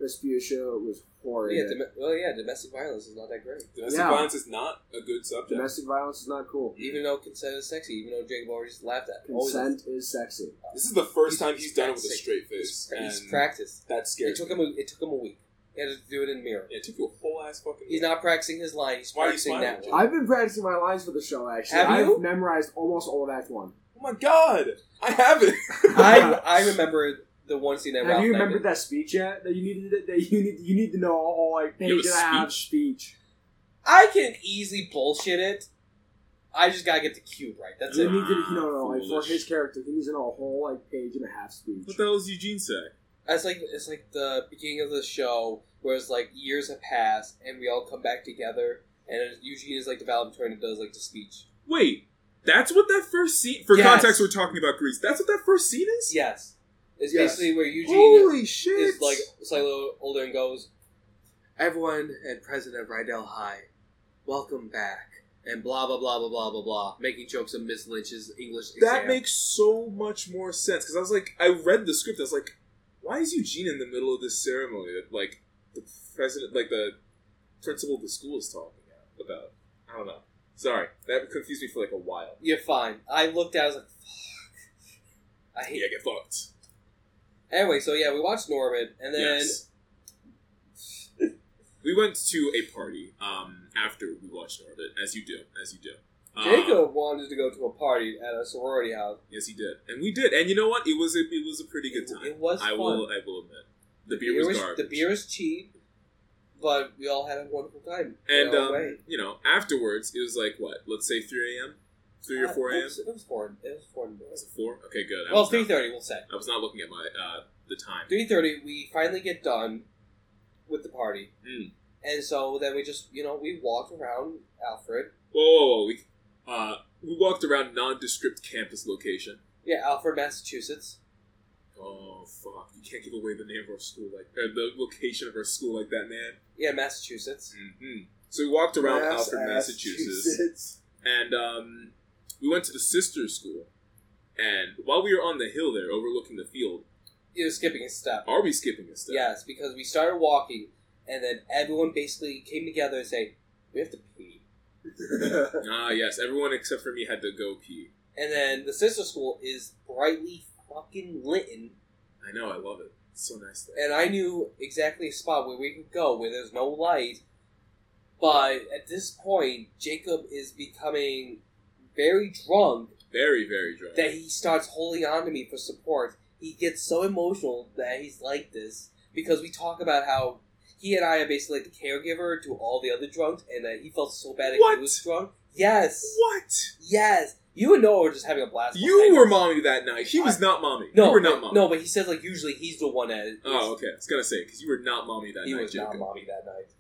S1: Respucia was horrid.
S5: Yeah, dom- well, yeah, domestic violence is not that great.
S3: Domestic
S1: Yeah.
S3: violence is not a good subject.
S1: Domestic violence is not cool.
S5: Even though consent is sexy, even though Jacob already laughed at it. Always
S1: Consent is sexy.
S3: This is the
S5: He's-
S3: first time
S5: he's
S3: he's done it with a
S5: practicing.
S3: straight
S5: He's,
S3: face,
S5: pra- he's
S3: and
S5: practiced.
S3: that
S5: It
S3: scares
S5: took
S3: me.
S5: him. A, it took him a week. He had to do it in mirror.
S3: It took you a whole ass fucking.
S5: He's not practicing his line. He's
S3: Why are you
S5: practicing
S3: smiling,
S5: that
S3: Jacob?
S5: one.
S1: I've been practicing my lines for the show, actually.
S5: Have
S1: I've
S5: you?
S1: memorized almost all of Act 1.
S3: Oh my god! I have it.
S5: I I remember the one scene that
S1: Have
S5: Ralph
S1: you
S5: and I
S1: remembered
S5: did.
S1: that speech yet? That you needed to, that you need you need to know all like
S3: You have a
S1: page and a half speech.
S5: I can easily bullshit it. I just gotta get the cube right. That's
S1: You
S5: it.
S1: need to you know, no, like for
S3: Foolish.
S1: his character, he needs to know a whole like page and a half speech.
S3: What the hell is Eugene say?
S5: It's like it's like the beginning of the show where it's like years have passed and we all come back together and it's- Eugene is like the valedictorian and does like the speech.
S3: Wait, that's what that first scene. For
S5: Yes.
S3: context, we're talking about Greece. That's what that first scene is.
S5: Yes, it's
S4: Yes.
S5: basically where Eugene
S3: Holy shit!
S5: is like slightly older and goes, Everyone and President of Rydell High, welcome back. And blah, blah, blah, blah, blah, blah, blah. Making jokes of Miss Lynch's English
S3: that
S5: exam.
S3: makes so much more sense because I was like, I read the script. I was like, why is Eugene in the middle of this ceremony that like the president, like the principal of the school is talking about? I don't know. Sorry, that confused me for like a while.
S5: You're fine. I looked at it, I was like, fuck. I hate
S3: Yeah, get fucked.
S5: Anyway, so yeah, we watched Norman, and then
S3: yes. we went to a party um, after we watched Orbit, as you do, as you do. Um,
S5: Jacob wanted to go to a party at a sorority house.
S3: Yes, he did, and we did, and you know what? It was a it was a pretty good
S5: It-
S3: time.
S5: it was
S3: I
S5: fun.
S3: will I will admit the beer, was, garbage.
S5: The beer was cheap, but we all had a wonderful time. in
S3: and
S5: our
S3: um,
S5: way.
S3: you know afterwards it was like what? Let's say three a.m., three or
S5: Uh,
S3: four
S5: It
S3: a.m.
S5: was, it was four. It was four. in the morning.
S3: Was it four? Okay, good. I
S5: Well,
S3: was not-
S5: three thirty. We'll say
S3: I was not looking at my uh, the time.
S5: three thirty. We finally get done with the party,
S3: Mm.
S5: and so then we just you know we walked around Alfred.
S3: Whoa, whoa, whoa! We uh, we walked around nondescript campus location.
S5: Yeah, Alfred, Massachusetts.
S3: Oh fuck! You can't give away the name of our school like or the location of our school like that, man.
S5: Yeah, Massachusetts.
S3: hmm So we walked around
S1: Mass-
S3: Alfred, Massachusetts, and um, we went to the sister school. And while we were on the hill there, overlooking the field,
S5: You're skipping a step.
S3: are we skipping a step?
S5: Yes, because we started walking, and then everyone basically came together and say, "We have to pee."
S3: Ah, yes. Everyone except for me had to go pee.
S5: And then the sister school is brightly fucking litten,
S3: I know. I love it. It's so nice there.
S5: and I knew exactly a spot where we could go where there's no light. But at this point, Jacob is becoming very drunk
S3: Very, very dry.
S5: that he starts holding on to me for support. He gets so emotional that he's like this because we talk about how he and I are basically like the caregiver to all the other drunks, and that he felt so bad that
S3: What?
S5: he was drunk. Yes,
S3: what?
S5: yes. You and Noah were just having a blast.
S3: You
S5: one
S3: were
S5: night.
S3: mommy that night. He was not mommy.
S5: No,
S3: you were not
S5: but-
S3: mommy.
S5: no, but he said like usually he's the one that
S3: Oh, okay. I was gonna say because you were not mommy that
S5: he
S3: night,
S5: was
S3: Jacob.
S5: not mommy that night.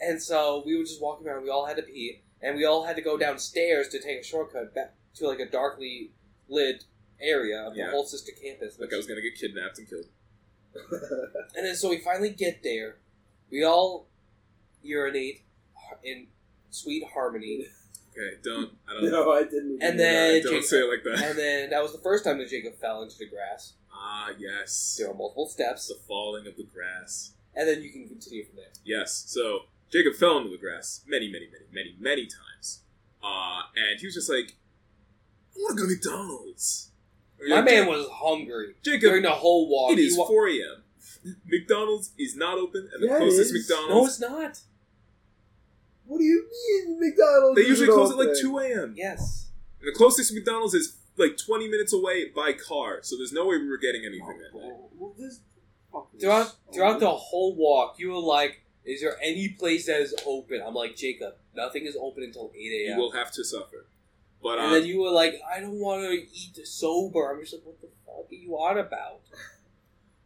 S5: And so we were just walking around. We all had to pee, and we all had to go downstairs to take a shortcut back to like a darkly lit area of
S3: Yeah.
S5: the whole sister campus.
S3: Like I was gonna get kidnapped and killed.
S5: And then so we finally get there. We all urinate in sweet harmony,
S3: Okay, don't. I don't.
S1: no, I didn't.
S5: And
S1: do
S5: then-
S1: that.
S3: Uh, don't
S5: Jacob-
S3: say it like that.
S5: and then that was the first time that Jacob fell into the grass.
S3: Ah, yes.
S5: There were multiple steps,
S3: The falling of the grass.
S5: and then you can continue from there.
S3: Yes. So Jacob fell into the grass many, many, many, many, many times. Uh, and he was just like, I want to go to McDonald's. And
S5: My
S3: you're like,
S5: man was hungry during
S3: Jacob,
S5: the whole walk.
S3: it
S5: He
S3: is
S5: wa-
S3: 4 a.m. McDonald's is not open, and the
S1: Yeah, it
S3: closest
S1: is.
S5: no,
S3: McDonald's,
S5: it's not.
S1: What do you mean McDonald's?
S3: they
S1: is
S3: usually close at
S1: open?
S3: like 2 a.m.
S5: Yes.
S3: And the closest McDonald's is like 20 minutes away by car, so there's no way we were getting anything that
S5: Oh,
S3: night.
S1: Well, this- fuck this.
S5: Throughout throughout the whole walk, you were like, "Is there any place that is open?" I'm like, "Jacob, nothing is open until eight
S3: You
S5: a.m."
S3: will have to suffer. But um,
S5: And then you were like, "I don't want to eat sober." I'm just like, "What the fuck are you on about?"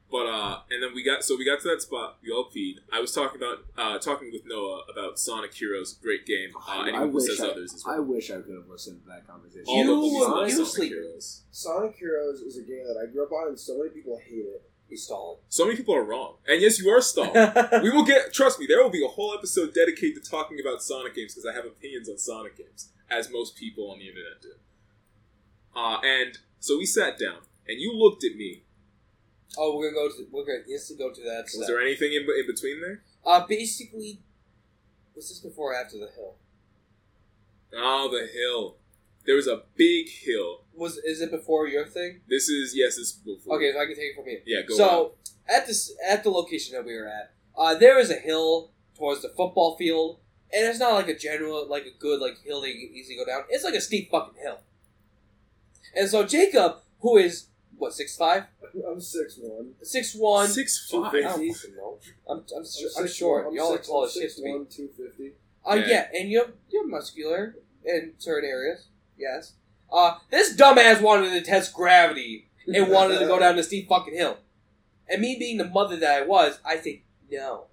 S3: But uh, and then we got so we got to that spot. We all peed. I was talking about uh, talking with Noah about Sonic Heroes, great game. Uh,
S1: Oh, I
S3: anyone who
S1: wish
S3: says
S1: I-
S3: others as well.
S1: I wish I could have listened to that conversation.
S3: all of them
S5: You were-
S3: love
S5: you
S3: Sonic
S5: were sleeping.
S3: Heroes.
S1: Sonic Heroes is a game that I grew up on, and so many people hate it.
S5: He's stalling.
S3: So many people are wrong, and yes, you are stoned. we will get. Trust me, there will be a whole episode dedicated to talking about Sonic games because I have opinions on Sonic games, as most people on the internet do. Uh, and so we sat down, and you looked at me.
S5: oh, we're gonna go. To, we're gonna instantly go to that.
S3: Was
S5: Step.
S3: there anything in, in between there?
S5: uh, basically, was this before or after the hill?
S3: Oh, the hill. There was a big hill.
S5: Was is it before your thing?
S3: This is yes. This is before.
S5: Okay, so I can take it from here.
S3: Yeah. Go. on.
S5: so at this at the location that we were at, uh, there is a hill towards the football field, and it's not like a general like a good like hill that you can easily go down. It's like a steep fucking hill. And so Jacob, who is what six five,
S1: I'm six one.
S5: six one, Oh.
S3: six
S1: two
S3: five.
S5: I don't fucking know. I'm I'm, sure, I'm short. Y'all are tall as shit to me.
S1: two fifty.
S5: Uh,
S3: Yeah.
S5: yeah. and you're you're muscular in certain areas. Yes. Uh, this dumbass wanted to test gravity and wanted to go down this steep fucking hill. And me being the mother that I was, I said no.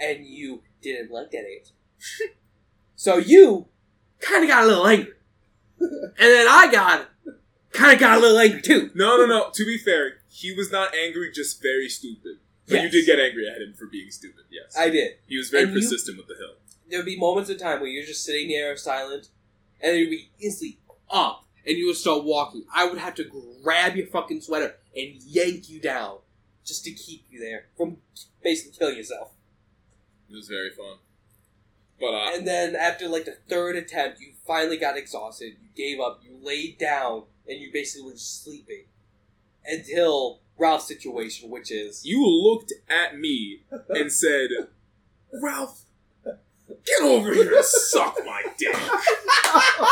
S5: And you didn't like that answer. so you kind of got a little angry, and then I got kind of got a little angry too.
S3: No, no, no. To be fair, he was not angry, just very stupid. But you
S5: Yes.
S3: did get angry at him for being stupid. Yes,
S5: I did.
S3: he was very
S5: and you-
S3: persistent with the hill.
S5: there'd be moments in time where you're just sitting there silent, and you'd be instantly up, and you would start walking. I would have to grab your fucking sweater and yank you down just to keep you there from basically killing yourself.
S3: It was very fun. But uh,
S5: And then after like the third attempt, you finally got exhausted, you gave up, you laid down, and you basically were just sleeping until Ralph's situation, which is
S3: you looked at me and said, "Ralph, get over here and suck my dick.
S1: No,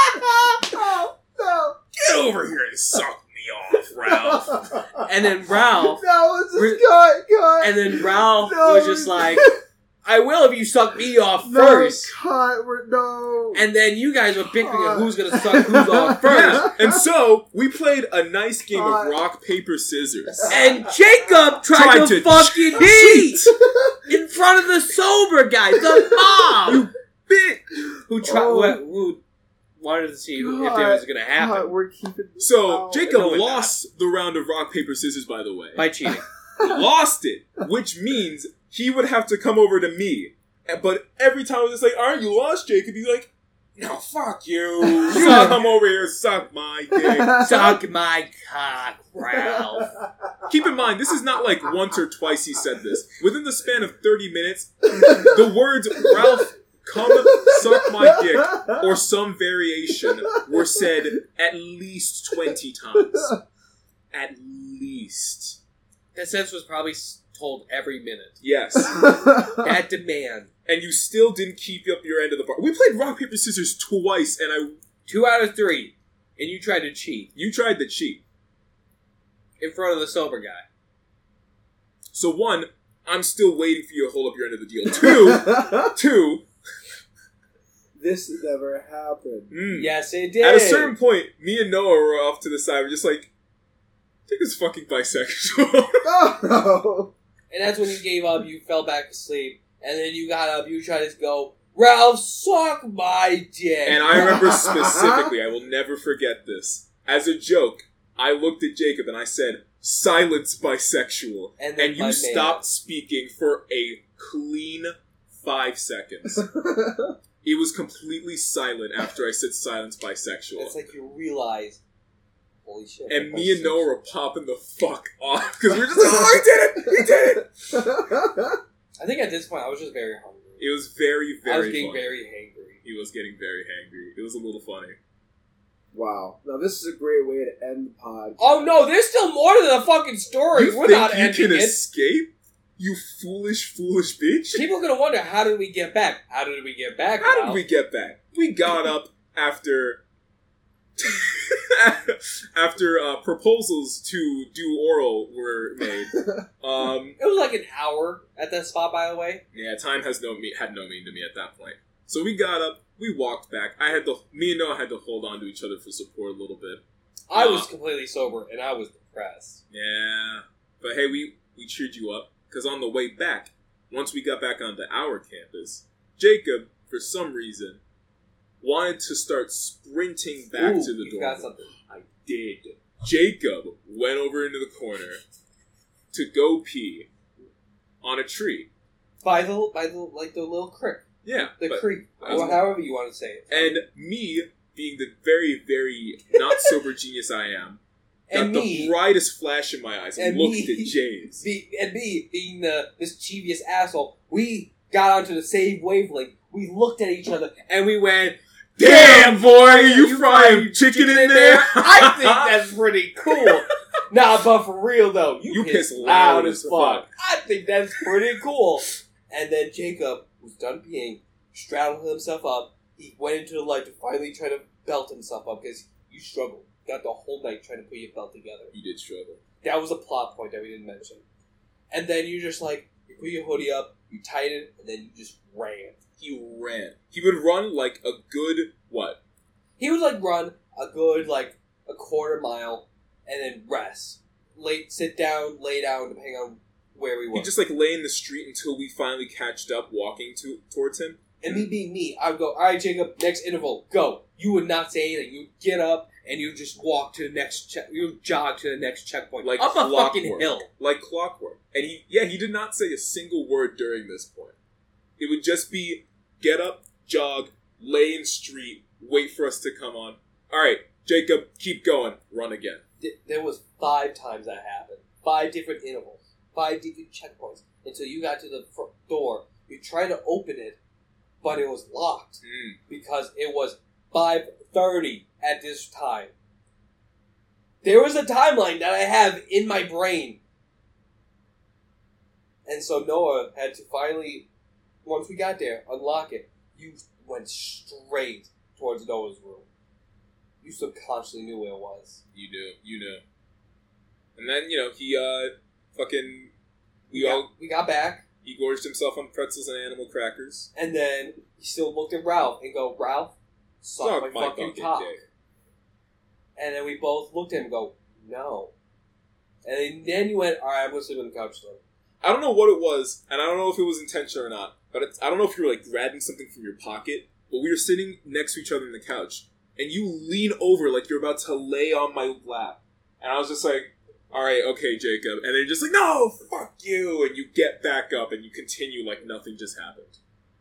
S1: no,
S3: Get over here and suck me off, Ralph."
S5: and then Ralph,
S1: No, this
S5: Re-
S1: is cut, cut.
S5: and then Ralph
S1: No,
S5: was just like, "I will if you suck me off
S1: no,
S5: first.
S1: cut. We're, no.
S5: And then you guys were bickering of who's gonna suck who's off first.
S3: Yeah, and so we played a nice game of
S1: God.
S3: rock paper scissors.
S5: Uh, And Jacob tried,
S3: Tried
S5: to,
S3: to
S5: fucking cheat in front of the sober guy, the
S3: You
S5: mom,
S3: Bitch.
S5: who tried,
S1: Oh.
S5: who, who wanted to see if it was gonna
S1: God,
S5: happen
S1: we're keeping.
S3: So
S1: Oh.
S3: Jacob
S5: No, we're
S3: lost the round of rock paper scissors. By the way,
S5: by cheating.
S3: lost it, which means he would have to come over to me. And- But every time I was just like, "All right, you lost, Jacob." He's like, "No, fuck you. You
S5: Suck.
S3: come over here, suck my dick."
S5: Suck my cock, Ralph.
S3: Keep in mind, this is not like once or twice he said this. Within the span of thirty minutes, the words "Ralph, come suck my dick" or some variation were said at least twenty times. At least.
S5: That sentence was probably s- told every minute.
S3: Yes.
S5: That demand.
S3: And you still didn't keep up your end of the bar. We played rock, paper, scissors twice, and I
S5: Two out of three, and you tried to cheat
S3: you tried to cheat.
S5: in front of the sober guy.
S3: So one, I'm still waiting for you to hold up your end of the deal. Two, two,
S1: this never happened.
S3: mm,
S5: Yes, it did.
S3: at a certain point, me and Noah were off to the side. We're just like, "Take this fucking bisexual."
S1: No.
S5: And that's when you gave up, you fell back asleep, and then you got up, you tried to go, Ralph, suck my dick.
S3: and I remember specifically, I will never forget this. As a joke, I looked at Jacob and I said, "Silence, bisexual,"
S5: and,
S3: and you
S5: my man-
S3: stopped speaking for a clean five seconds. It was completely silent after I said silence bisexual.
S5: It's like you realize, holy shit.
S3: and me and Noah were popping the fuck "Oh, off because we were just like, oh, he did it! He did it!
S5: I think at this point I was just very hungry.
S3: It was
S5: I
S3: very,
S5: was
S3: very
S5: getting
S3: funny.
S5: very hangry.
S3: He was getting very hangry. It was a little funny.
S1: Wow. Now this is a great way to end the pod.
S5: Oh no, there's still more to the fucking story.
S3: you
S5: We're
S3: think
S5: not
S3: you
S5: ending
S3: can
S5: it.
S3: escape? You foolish, foolish bitch!
S5: People are gonna wonder how did we get back? How did we get back?
S3: How
S5: Ralph?
S3: did we get back? We got up after after uh, proposals to do oral were made. Um,
S5: It was like an hour at that spot, by the way.
S3: yeah, time has no me- had no meaning to me at that point. So we got up, we walked back. I had to me and Noah had to hold on to each other for support a little bit.
S5: I
S3: Wow.
S5: was completely sober and I was depressed.
S3: Yeah, but hey, we we cheered you up because on the way back, once we got back onto our campus, Jacob, for some reason, wanted to start sprinting back
S5: Ooh,
S3: to the
S5: you
S3: dorm.
S5: got
S3: room.
S5: something.
S3: I did. Jacob went over into the corner to go pee on a tree.
S5: By the by, the like the little creek,
S3: Yeah,
S5: the
S3: but-
S5: creek,
S3: I was-
S5: or however you want to say it.
S3: and me being the very very not sober genius I am, got
S5: And
S3: the
S5: me,
S3: brightest flash in my eyes and,
S5: And
S3: looked
S5: me.
S3: at James.
S5: be, and me being the mischievous asshole, we got onto the same wavelength. We looked at each other and we went.
S3: Damn, boy, you,
S5: you
S3: frying chicken, in there?
S5: I think that's pretty cool. nah, but for real though, you,
S3: You
S5: piss,
S3: piss
S5: loud as fuck. I think that's pretty cool. And then Jacob, who's done peeing, straddled himself up. He went into the light to finally try to belt himself up because you struggled. Got the whole night trying to put your belt together.
S3: You did struggle.
S5: That was a plot point that we didn't mention. And then you just like you put your hoodie up, you tied it, and then you just ran.
S3: He ran. He would run like a good what?
S5: He would like run a good like a quarter mile and then rest. Lay sit down, lay down, depending on where we were.
S3: He'd just like lay in the street until we finally catched up walking to towards him.
S5: and me being me, I would go, Alright Jacob, next interval, go. You would not say anything. You'd get up and you just walk to the next check you would jog to the next checkpoint.
S3: Like
S5: up a fucking
S3: clockwork.
S5: hill.
S3: Like clockwork. And he yeah, he did not say a single word during this point. It would just be get up, jog, lay in street, wait for us to come on. Alright, Jacob, keep going. Run again.
S5: Th- there was five times that happened. Five different intervals, five different checkpoints until you got to the front door. You tried to open it, but it was locked
S3: Mm.
S5: because it was five thirty at this time. There was a timeline that I have in my brain, and so Noah had to finally, once we got there, unlock it. You went straight towards Noah's room. You subconsciously knew where it was.
S3: You do, you know. And then, you know, he uh fucking we
S5: we got,
S3: all
S5: we got back,
S3: He gorged himself on pretzels and animal crackers.
S5: and then he still looked at Ralph and go, Ralph, suck
S3: Suck
S5: my,
S3: my
S5: fucking,
S3: fucking
S5: cock.
S3: dick.
S5: And then we both looked at him and go, no. And then you went, all right, I'm going to sleep on the couch then.
S3: I don't know what it was, and I don't know if it was intentional or not, but it's, I don't know if you were like grabbing something from your pocket, but we were sitting next to each other on the couch, and you lean over like you're about to lay on my lap. And I was just like, all right, okay, Jacob. And they're just like, no, fuck you. And you get back up and you continue like nothing just happened.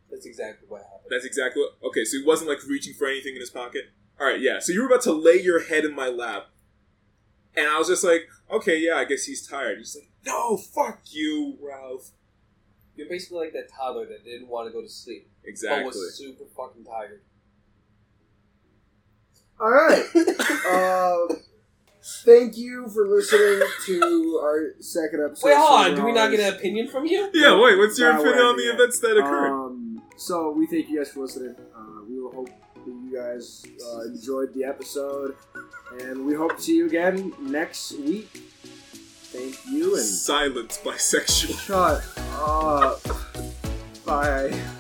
S5: That's exactly what happened.
S3: That's exactly what. Okay, so he wasn't like reaching for anything in his pocket. All right, yeah. So you were about to lay your head in my lap, and I was just like, okay, yeah, I guess he's tired. He's like, no, fuck you, Ralph.
S5: You're basically like that toddler that didn't want to go to sleep,
S3: Exactly.
S5: but was super fucking tired.
S1: All right. uh, thank you for listening to our second episode.
S5: Wait,
S1: of
S5: hold on.
S1: Sober
S5: Do we not
S1: Hours.
S5: get an opinion from you?
S3: yeah. Wait. What's your
S1: Now we're
S3: opinion on the
S1: ending it.
S3: events that occurred?
S1: Um, so we thank you guys for listening. Uh, we will hope that you guys uh, enjoyed the episode, and we hope to see you again next week. Thank you and
S3: Silence bisexual.
S1: shut up. Bye.